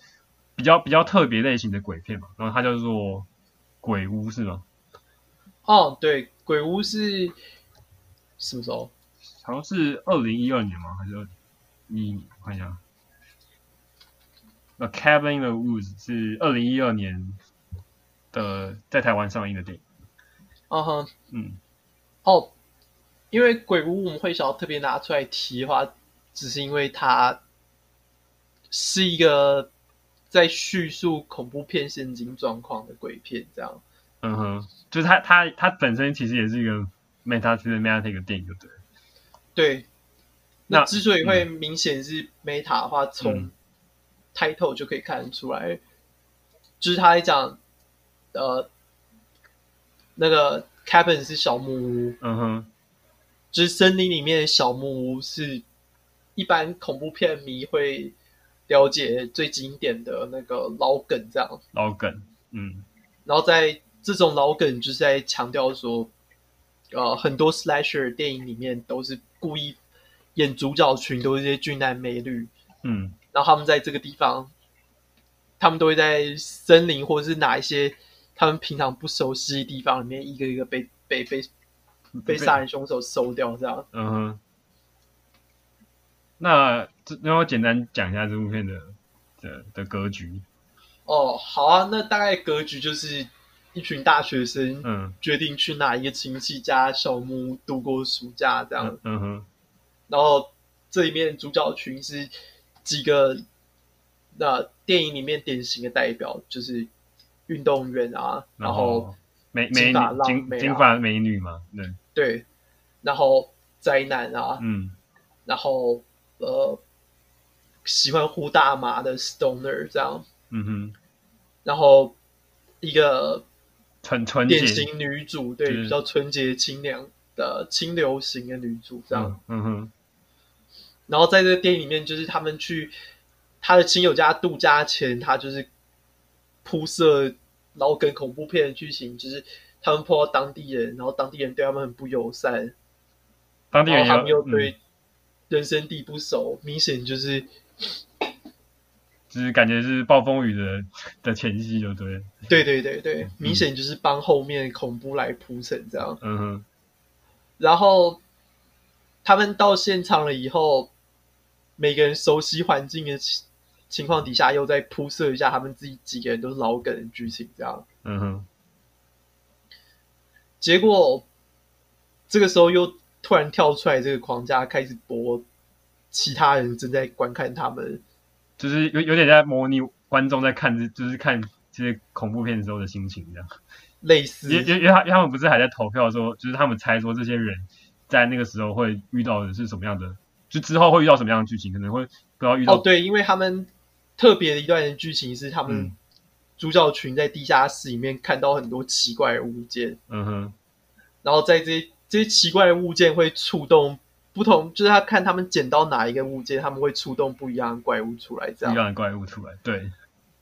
比较比较特别类型的鬼片嘛，然后它叫做鬼屋是吗？哦，对，鬼屋是什么时候？好像是二零一二年吗？还是20你我看一下，《A Cabin in the Woods》是二零一二年的在台湾上映的电影。嗯哼，嗯哦，因为鬼屋我们会想要特别拿出来提的话，只是因为它是一个在叙述恐怖片现今状况的鬼片，这样。嗯哼，就是它它它本身其实也是一个 meta 是 meta 的一个电影，就对了。对，那之所以会明显是 Meta 的话，从嗯 title 就可以看得出来，就是他在讲，呃，那个 cabin 是小木屋，嗯哼，就是森林里面的小木屋是一般恐怖片迷会了解最经典的那个老梗这样，老梗，嗯然后在这种老梗就是在强调说，呃，很多 slasher 电影里面都是故意演主角群都是一些俊男美女，嗯然后他们在这个地方，他们都会在森林或者是哪一些他们平常不熟悉的地方里面，一个一个被被被被杀人凶手收掉这样。嗯哼。那这那我简单讲一下这部片的的的格局。哦，好啊，那大概格局就是一群大学生嗯决定去哪一个亲戚家小木屋度过暑假这样，嗯嗯哼然后这里面主角群是几个那、电影里面典型的代表，就是运动员啊，然哦后美美金发女浪妹金啊金发美女嘛，对，对，然后宅男啊，嗯然后呃喜欢呼大麻的 stoner 这样，嗯哼，然后一个纯纯典洁，型女主，就对，是比较纯洁清凉。的清流型的女主这样。嗯嗯哼，然后在这个电影里面，就是他们去他的亲友家度假前，他就是铺设，然后跟恐怖片的剧情，就是他们碰到当地人，然后当地人对他们很不友善，当地然人后他们也有又对人生地不熟，明显就是嗯，就是感觉是暴风雨的的前夕，就对了，对对对对，明显就是帮后面恐怖来铺陈这样。嗯哼，然后他们到现场了以后，每个人熟悉环境的情情况底下，又再铺设一下他们自己几个人都是老梗的剧情，这样。嗯哼，结果这个时候又突然跳出来这个框架，开始播其他人正在观看他们。就是有有点在模拟观众在看这，就是看这些恐怖片的时候的心情这样。类似因因因为他因为他们不是还在投票说，就是他们猜说这些人在那个时候会遇到的是什么样的，就之后会遇到什么样的剧情，可能会不知道遇到、哦，对，因为他们特别的一段剧情是他们嗯主角群在地下室里面看到很多奇怪的物件，嗯哼，然后在这些这些奇怪的物件会触动不同，就是他看他们捡到哪一个物件，他们会触动不一样的怪物出来。这样，遇到的怪物出来，对，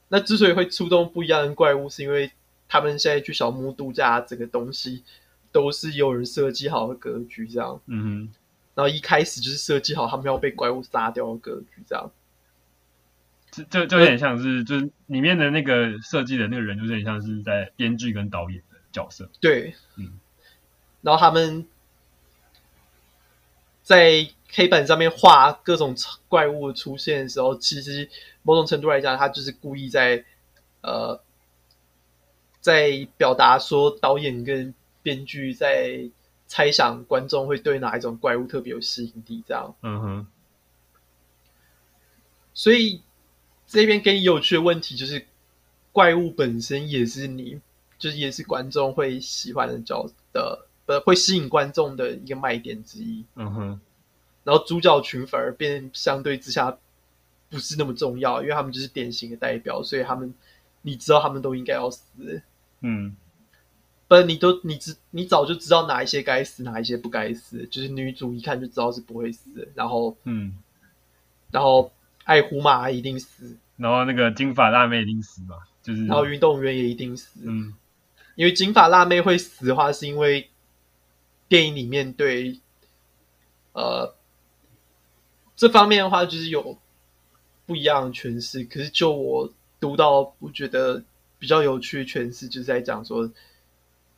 那之所以会触动不一样的怪物，是因为他们现在去小木屋度假，整个东西都是有人设计好的格局，这样。嗯哼，然后一开始就是设计好他们要被怪物杀掉的格局，这样。就就就有点像是就是里面的那个设计的那个人，就是有点像是在编剧跟导演的角色，对，嗯。然后他们在黑板上面画各种怪物的出现的时候，其实某种程度来讲，他就是故意在呃，在表达说导演跟编剧在猜想观众会对哪一种怪物特别有吸引力，这样。嗯哼，所以这边更有趣的问题就是，怪物本身也是你，就是也是观众会喜欢的角的，呃，会吸引观众的一个卖点之一。嗯哼，然后主角群反而变相对之下不是那么重要，因为他们就是典型的代表，所以他们你知道他们都应该要死，嗯不然你都你知你早就知道哪一些该死，哪一些不该死，就是女主一看就知道是不会死的，然后嗯，然后爱胡马一定死，然后那个金发辣妹已经死嘛，就是然后运动员也一定死，嗯因为金发辣妹会死的话，是因为电影里面对呃这方面的话，就是有不一样的诠释。可是就我读到，我觉得比较有趣的诠释，就是在讲说，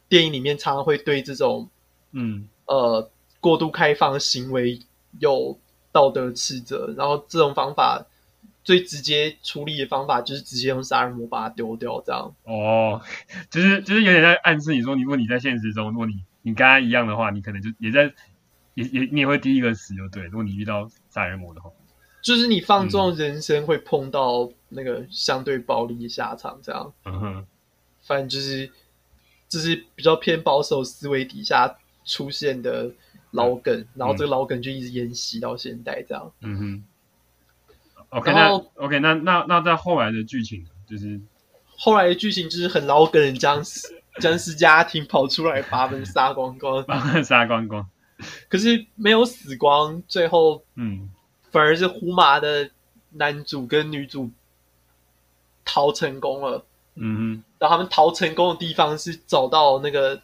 电影里面常常会对这种嗯呃过度开放的行为有道德斥责，然后这种方法最直接处理的方法就是直接用杀人魔把它丢掉，这样。哦， [laughs] 就是就是有点在暗示你说，如果你在现实中，如果你你跟他一样的话，你可能就也在也也你也会第一个死就对。如果你遇到杀人魔的话，就是你放纵人生会碰到那个相对暴力的下场，这样，嗯哼，反正就是这是比较偏保守思维底下出现的老梗，然后这个老梗就一直沿袭到现代，这样。嗯哼。OK，然那后 OK，那那那在后来的剧情呢，就是后来的剧情就是很老梗，僵 [laughs] 尸僵尸家庭跑出来把他们杀光光，把他们杀光光，可是没有死光，最后嗯反而是胡麻的男主跟女主逃成功了。嗯然后他们逃成功的地方是找到那个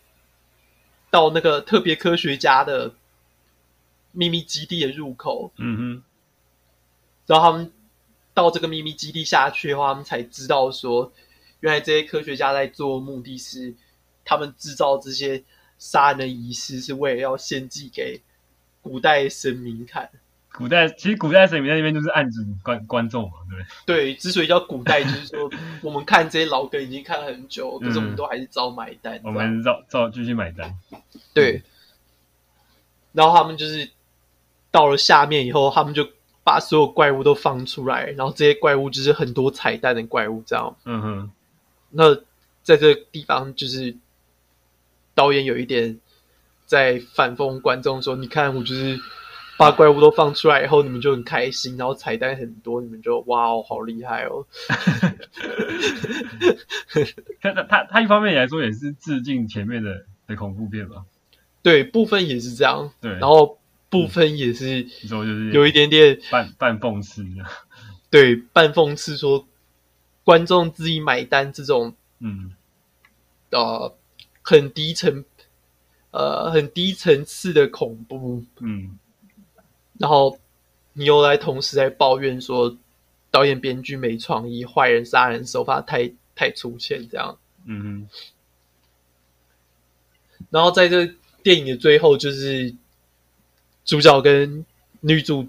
到那个特别科学家的秘密基地的入口，哼嗯哼，然后他们到这个秘密基地下去的话，他们才知道说，原来这些科学家在做的目的是他们制造这些杀人的仪式是为了要献祭给古代神明看。 [laughs] 古代其实古代神明在那边就是暗指观观众嘛，对不对？对，之所以叫古代，就是说我们看这些老梗已经看了很久，可是我们嗯都还是照买单。我这样们照照继续买单，对，然后他们就是到了下面以后，他们就把所有怪物都放出来，然后这些怪物就是很多彩蛋的怪物，这样。嗯哼，那在这个地方，就是导演有一点在反讽观众说：“你看，我就是把怪物都放出来以后，你们就很开心，然后彩蛋很多，你们就哇哦，好厉害哦。”他他他他一方面来说也是致敬前面的的恐怖片嘛，对，部分也是这样，对，然后部分也是你说就是有一点点半半讽刺的，对半讽刺说观众自己买单这种嗯，呃很低层呃很低层次的恐怖，嗯，然后你又来同时在抱怨说导演编剧没创意，坏人杀人手法太太粗浅这样，嗯 [laughs] 然后在这电影的最后，就是主角跟女主，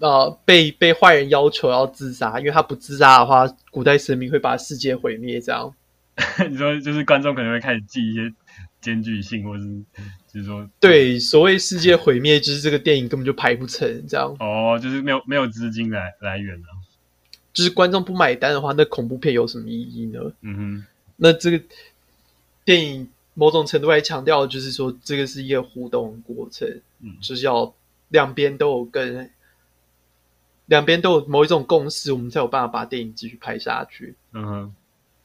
呃，被被坏人要求要自杀，因为他不自杀的话，古代神明会把世界毁灭。这样，哼，你说就是观众可能会开始记一些间距性，或是就是说对，所谓世界毁灭，就是这个电影根本就拍不成。这样，哦，就是没有没有资金来来源了、啊，就是观众不买单的话，那恐怖片有什么意义呢？嗯那这个电影某种程度来强调，就是说这个是一个互动的过程，嗯就是要两边都有跟两边都有某一种共识，我们才有办法把电影继续拍下去。哼，嗯哼，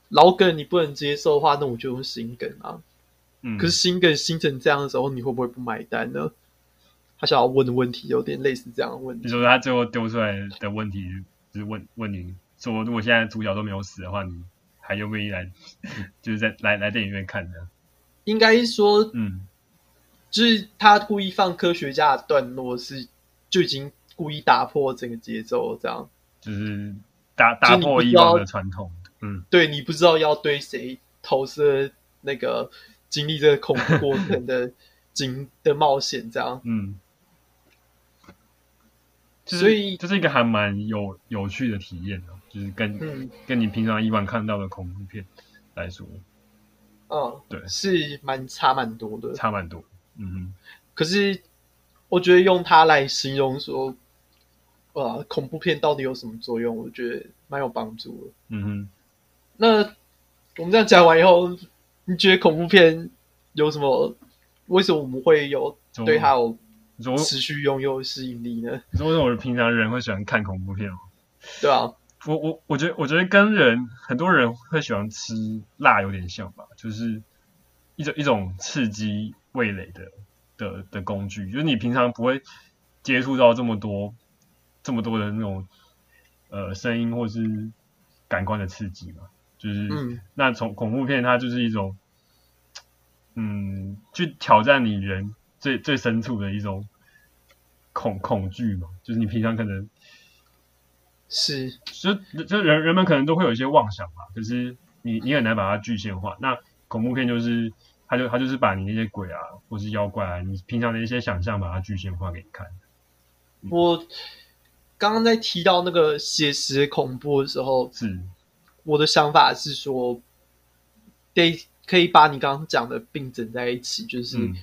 老梗你不能接受的话，那我就用新梗啊。嗯，可是新梗新成这样的时候，你会不会不买单呢？他想要问的问题有点类似这样的问你题，说他最后丢出来的问题就是问问你说，如果现在主角都没有死的话，你还愿不愿意来， [laughs] 就是在来来电影院看的？应该说嗯就是他故意放科学家的段落是就已经故意打破整个节奏了这样。就是打就是打你破不以知道往的传统。嗯对你不知道要对谁投射那个经历这个恐怖过程的经的冒险，这样嗯，就是所以这是一个还蛮有有趣的体验的、啊就是跟、嗯跟你平常以往看到的恐怖片来说嗯，对是蛮差蛮多的。差蛮多。嗯哼，可是我觉得用它来形容说，呃，恐怖片到底有什么作用，我觉得蛮有帮助的。嗯哼，那我们这样讲完以后，你觉得恐怖片有什么？为什么我们会有怎么对它有你说持续拥有吸引力呢？你说为什么我平常人会喜欢看恐怖片吗？对啊，我我我觉得我觉得跟人很多人会喜欢吃辣有点像吧，就是一种一种刺激味蕾的的的工具，就是你平常不会接触到这么多这么多的那种呃声音或是感官的刺激嘛，就是、嗯那从恐怖片它就是一种嗯去挑战你人最最深处的一种恐恐惧嘛，就是你平常可能。是。就就人人们可能都会有一些妄想吧，可是你你很难把它具现化。那恐怖片就是，它就它就是把你那些鬼啊，或是妖怪啊，你平常的一些想象，把它具现化给你看。我刚刚在提到那个写实恐怖的时候，是，我的想法是说，得可以把你刚刚讲的并整在一起，就是嗯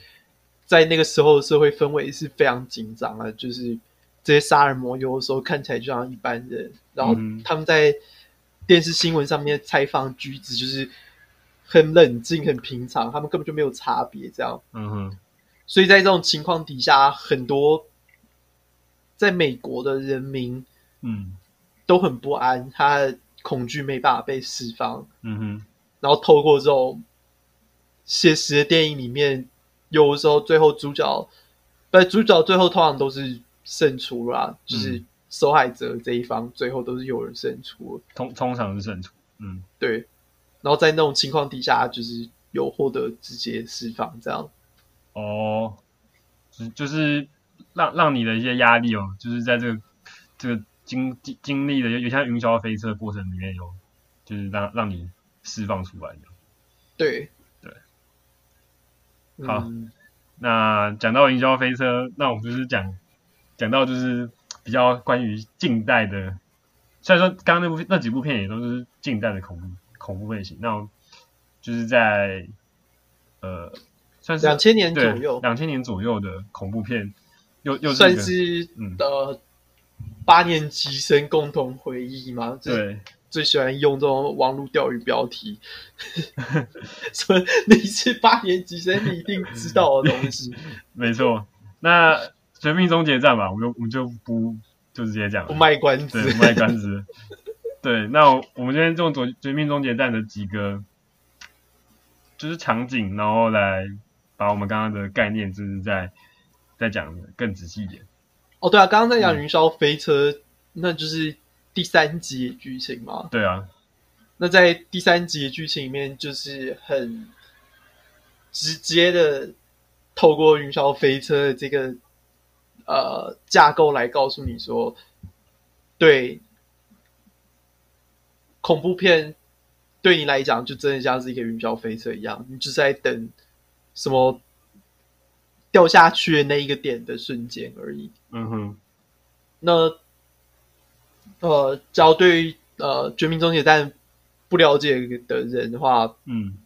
在那个时候的社会氛围是非常紧张的，就是这些杀人魔有的时候看起来就像一般人，然后嗯他们在电视新闻上面采访举止就是很冷静、很平常，他们根本就没有差别这样。嗯哼，所以在这种情况底下，很多在美国的人民嗯都很不安，他的恐惧没办法被释放，嗯哼，然后透过这种写实的电影里面，有的时候最后主角，不，主角最后通常都是胜出嗯啦，就是受害者这一方最后都是有人胜出了，通通常是胜出。嗯对，然后在那种情况底下，就是有获得直接释放，这样哦，就就是让让你的一些压力哦，就是在这个这个经经经历的有有像云霄飞车的过程里面有，就是让让你释放出来的。对对，好嗯，那讲到营销飞车，那我们就是讲讲到就是比较关于近代的，虽然说刚刚那部那几部片也都是近代的恐怖恐怖类型，那我们就是在呃算是两千年左对右，两千年左右的恐怖片，又又是一算个是嗯呃八年级生共同回忆嘛，就是对最喜欢用这种网络钓鱼标题， [laughs] 说你是八年级生，你一定知道的东西，没错。那《绝命终结站》吧，我们就我们就不就直接讲了不卖关子对，，不卖关子。 [laughs] 对，那我我们今天就用《绝绝命终结战》的几个就是场景，然后来把我们刚刚的概念就是再再讲得更仔细一点。哦，对啊，刚刚在讲云霄飞车，那就是第三集的剧情嘛。对啊，那在第三集的剧情里面，就是很直接的透过云霄飞车的这个呃架构来告诉你说，对恐怖片对你来讲就真的像是一个云霄飞车一样，你就是在等什么掉下去的那一个点的瞬间而已。嗯哼，那呃，只要对于呃《绝命终结站》不了解的人的话，嗯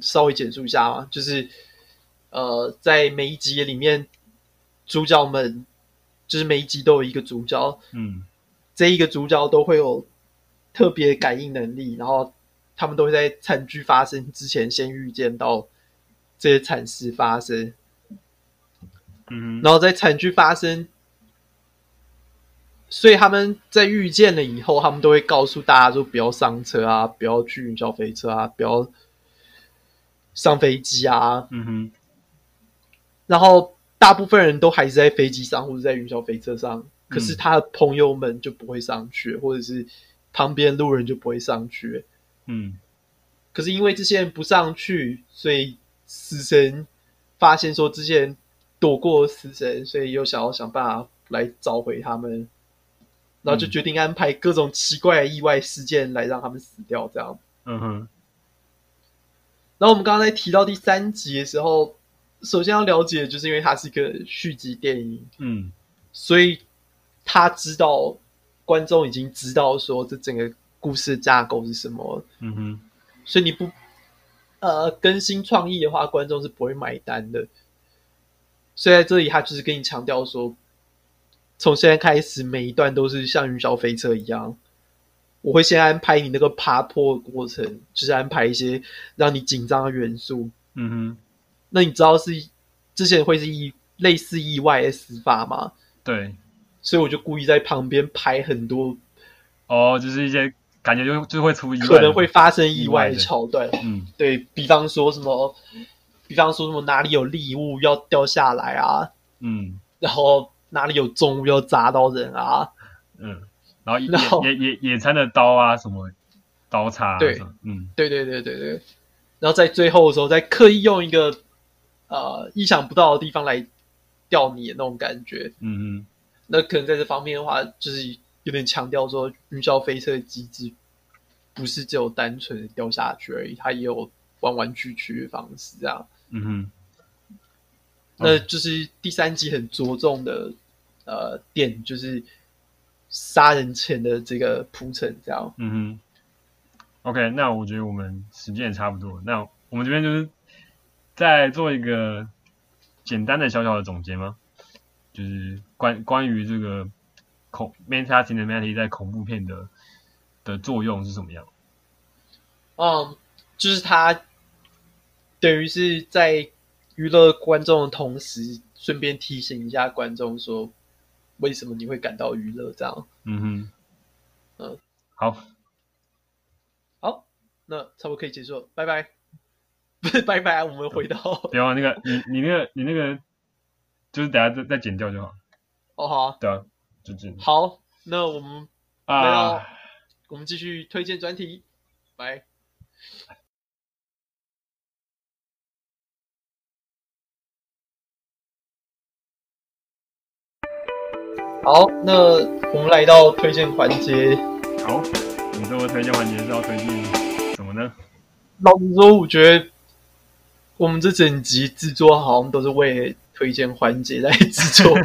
稍微简述一下嘛，就是呃，在每一集里面，主角们就是每一集都有一个主角，嗯这一个主角都会有特别感应能力，然后他们都会在惨剧发生之前先预见到这些惨事发生，嗯哼，然后在惨剧发生，所以他们在遇见了以后，他们都会告诉大家说不要上车啊，不要去云霄飞车啊，不要上飞机啊。嗯哼，然后大部分人都还是在飞机上或者在云霄飞车上，可是他的朋友们就不会上去，或者是旁边路人就不会上去。嗯可是因为这些人不上去，所以死神发现说这些人躲过死神，所以又想要想办法来找回他们，然后就决定安排各种奇怪的意外事件来让他们死掉。这样，嗯哼，然后我们刚刚在提到第三集的时候，首先要了解，就是因为它是一个续集电影，嗯所以他知道观众已经知道说这整个故事架构是什么，嗯哼，所以你不呃更新创意的话，观众是不会买单的。所以在这里，他就是跟你强调说，从现在开始，每一段都是像云霄飞车一样，我会先安排你那个爬坡的过程，就是安排一些让你紧张的元素。嗯哼，那你知道是之前会是意类似意外的死法吗？对，所以我就故意在旁边排很多哦，就是一些感觉就就会出意外，可能会，发生意外意外的的桥段，嗯对比方说什么，比方说什么哪里有利物要掉下来啊，嗯然后哪里有重物要砸到人啊，嗯，然后野然后野野野餐的刀啊什么刀叉啊对什么，嗯对对对对对，然后在最后的时候再刻意用一个呃意想不到的地方来吊你的那种感觉，嗯那可能在这方面的话，就是有点强调说云霄飞车的机制不是只有单纯的掉下去而已，它也有弯弯曲曲的方式这样。哼嗯哼，那就是第三集很着重的呃点，就是杀人前的这个铺陈，这样。嗯哼，OK，那我觉得我们时间也差不多了，那我们这边就是再做一个简单的小小的总结吗？就是关关于这个恐 meta cinematic 在恐怖片的的作用是什么样？嗯，就是他等于是在娱乐观众的同时，顺便提醒一下观众说，为什么你会感到娱乐这样。嗯哼，嗯，好，好，那差不多可以结束了，拜拜。 [laughs] 不是拜拜，我们回到 [laughs] 不要那个你你那个你那个就是等下再再剪掉就好，哦好啊对啊，就这样好，那我们回到、啊，我们继续推荐专题，拜。好，那我们来到推荐环节。好，你这个推荐环节是要推荐什么呢？老实说，我觉得我们这整集制作好像都是为了推荐环节来制作。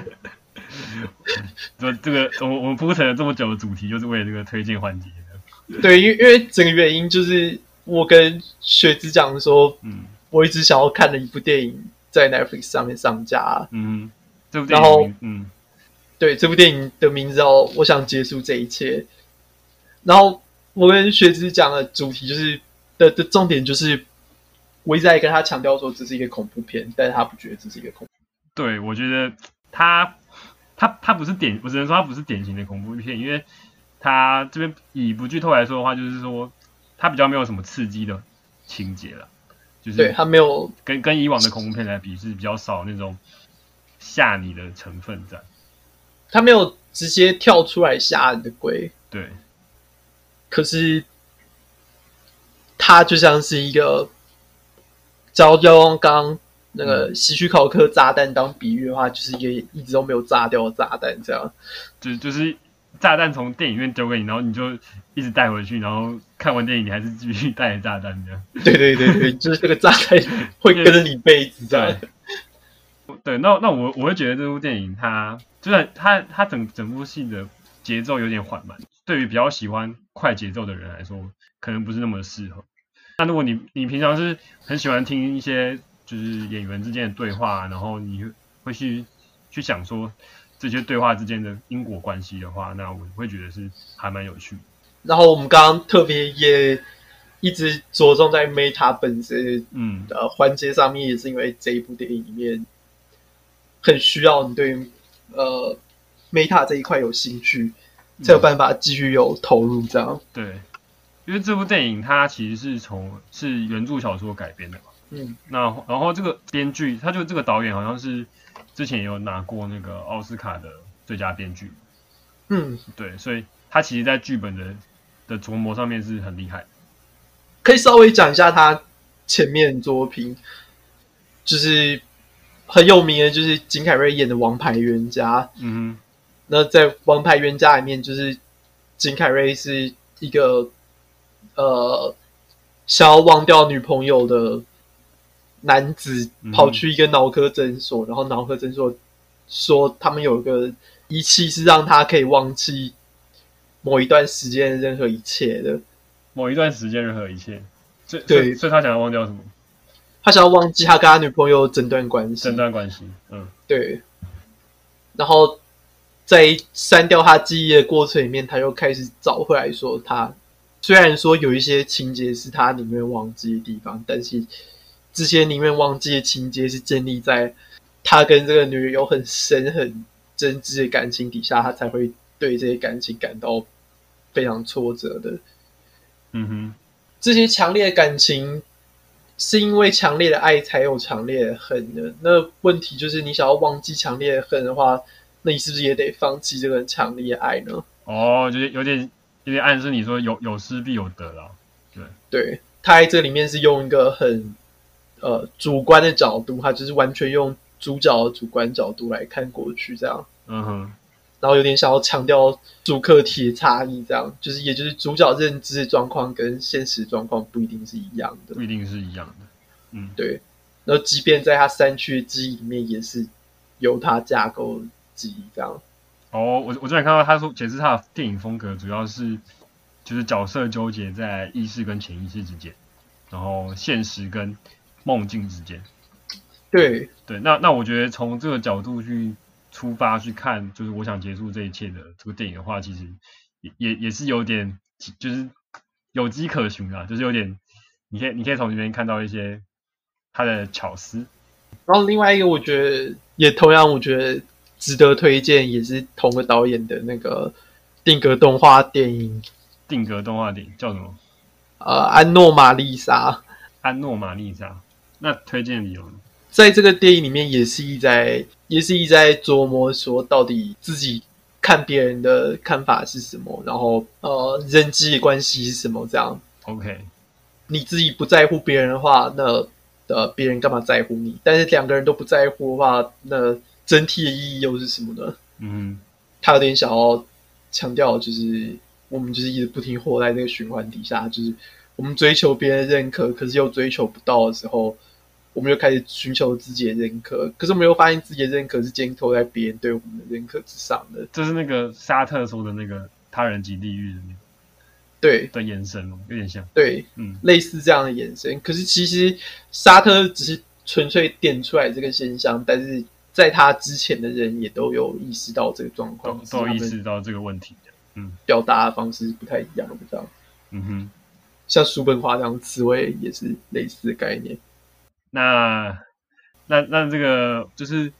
这这个我我们铺陈了这么久的主题，就是为了这个推荐环节的。对，因为因为整个原因就是我跟学子讲说，嗯我一直想要看的一部电影在 Netflix 上面上架、啊嗯哼，这部电然影后名嗯对，这部电影的名字叫《我想结束这一切》。然后我跟学子讲的主题就是的的重点就是，我一直在跟他强调说这是一个恐怖片，但是他不觉得这是一个恐怖对我觉得他他他不是典，我只能说他不是典型的恐怖片，因为他这边以不剧透来说的话，就是说他比较没有什么刺激的情节了。就对是他没有跟跟以往的恐怖片来比是比较少那种吓你的成分在。他没有直接跳出来吓你的鬼，对，可是他就像是一个，只要要用刚刚那个希区考克炸弹当比喻的话，就是一个一直都没有炸掉的炸弹这样。就就是炸弹从电影院丢给你，然后你就一直带回去，然后看完电影你还是继续带着炸弹这样。 [laughs] 对对对对，就是这个炸弹会跟着你一辈子这样。对，那那我我会觉得这部电影它就算它它整整部戏的节奏有点缓慢，对于比较喜欢快节奏的人来说，可能不是那么适合。那如果你你平常是很喜欢听一些就是演员之间的对话，啊然后你会去去想说这些对话之间的因果关系的话，那我会觉得是还蛮有趣的。然后我们刚刚特别也一直着重在 Meta 本身嗯，呃环节上面，也是因为这一部电影里面很需要你对于呃 Meta 这一块有兴趣，才有办法继续有投入这样。对，因为这部电影它其实是从是原著小说改编的嘛。嗯，那然后这个编剧，他就这个导演好像是之前也有拿过那个奥斯卡的最佳编剧，嗯，对，所以他其实在剧本的的琢磨上面是很厉害。可以稍微讲一下他前面作品，就是很有名的，就是金凯瑞演的《王牌冤家》。嗯那在《王牌冤家》里面，就是金凯瑞是一个呃想要忘掉女朋友的男子嗯，跑去一个脑科诊所，然后脑科诊所说他们有个仪器是让他可以忘记某一段时间的任何一切的。哼，某一段时间任何一切，所以对所以所以他想要忘掉什么他想要忘记他跟他女朋友整段关系这，段关系，嗯，对，然后在删掉他记忆的过程里面，他又开始找回来说他虽然说有一些情节是他宁愿忘记的地方，但是这些宁愿忘记的情节是建立在他跟这个女人有很深很真挚的感情底下，他才会对这些感情感到非常挫折的。嗯哼，这些强烈的感情，是因为强烈的爱才有强烈的恨的。那问题就是，你想要忘记强烈的恨的话，那你是不是也得放弃这个强烈的爱呢？哦，就是有点有点暗示你说有有失必有得啦，对，他在这里面是用一个很呃主观的角度，他就是完全用主角的主观角度来看过去，这样，嗯哼，然后有点想要强调主客体的差异，这样，就是也就是主角认知的状况跟现实状况不一定是一样的不。一定是一样的，嗯，对，然后即便在他删去的记忆里面，也是由他架构的记忆这样。哦，我我之前看到他说解释他的电影风格主要是就是角色纠结在意识跟潜意识之间，然后现实跟梦境之间。对，对，那那我觉得从这个角度去出发去看，就是我想结束这一切的这个电影的话，其实也也也是有点就是有迹可循啊，就是有点你可以你可以从里面看到一些他的巧思。然后另外一个我觉得也同样，我觉得值得推荐，也是同个导演的那个定格动画电影，定格动画电影叫什么？呃，《安诺玛丽莎》。安诺玛丽莎。那推荐理由呢？在这个电影里面也是一在也是一在琢磨说到底自己看别人的看法是什么，然后呃人际关系是什么这样。 OK，你自己不在乎别人的话，那呃别人干嘛在乎你？但是两个人都不在乎的话，那整体的意义又是什么呢？嗯哼。他有点想要强调，就是我们就是一直不停活在这个循环底下，就是我们追求别人的认可，可是又追求不到的时候，我们又开始寻求自己的认可，可是我们又发现自己的认可是建构在别人对我们的认可之上的。这是那个沙特说的那个他人及地狱的那个对的延伸哦，有点像。对，嗯类似这样的眼神。可是其实沙特只是纯粹点出来这个现象，但是在他之前的人也都有意识到这个状都况，都有哦只是意他们识到这个问题的。表达的方式是不太一样的，这样。嗯哼，像叔本华这样，刺猬也是类似的概念。那那那这个就是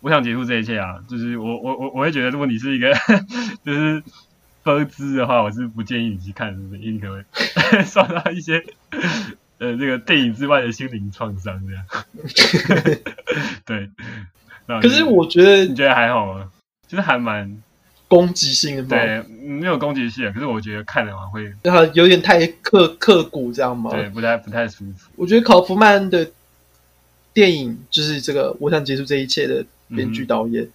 我想结束这一切啊，就是我我我我会觉得，如果你是一个 [laughs] 就是 [laughs] 分支的话，我是不建议你去看，因为你可能会受到一些。呃这个电影之外的心灵创伤这样。 [laughs] 对，那可是觉得我觉得你觉得还好吗？就是还蛮攻击性的嘛，对，没有攻击性，可是我觉得看了完会它有点太刻刻骨这样嘛。对不太不太舒服。我觉得考夫曼的电影就是这个《我想结束这一切》的编剧导嗯演，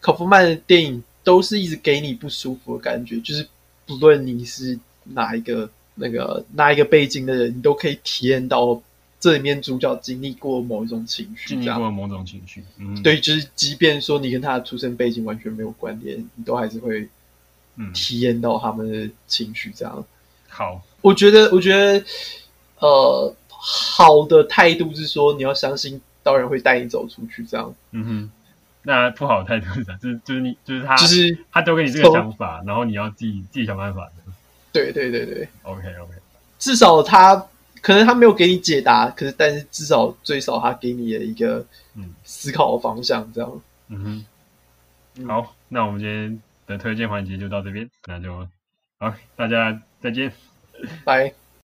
考夫曼的电影都是一直给你不舒服的感觉，就是不论你是哪一个那个哪一个背景的人，你都可以体验到这里面主角经历过某一种情绪，经这历样过某种情绪，嗯，，对，就是即便说你跟他的出生背景完全没有关联，你都还是会嗯，体验到他们的情绪这样。好，我觉得，我觉得，呃，好的态度是说你要相信导演会带你走出去，这样嗯哼，那不好的态度是啥？就是就是你就是他，就是他丢给你这个从想法，然后你要自己自己想办法。对对对对， OK OK，至少他可能他没有给你解答，可是但是至少最少他给你的一个嗯思考方向，这样嗯哼，嗯好，那我们今天的推荐环节就到这边，那就好，大家再见。拜。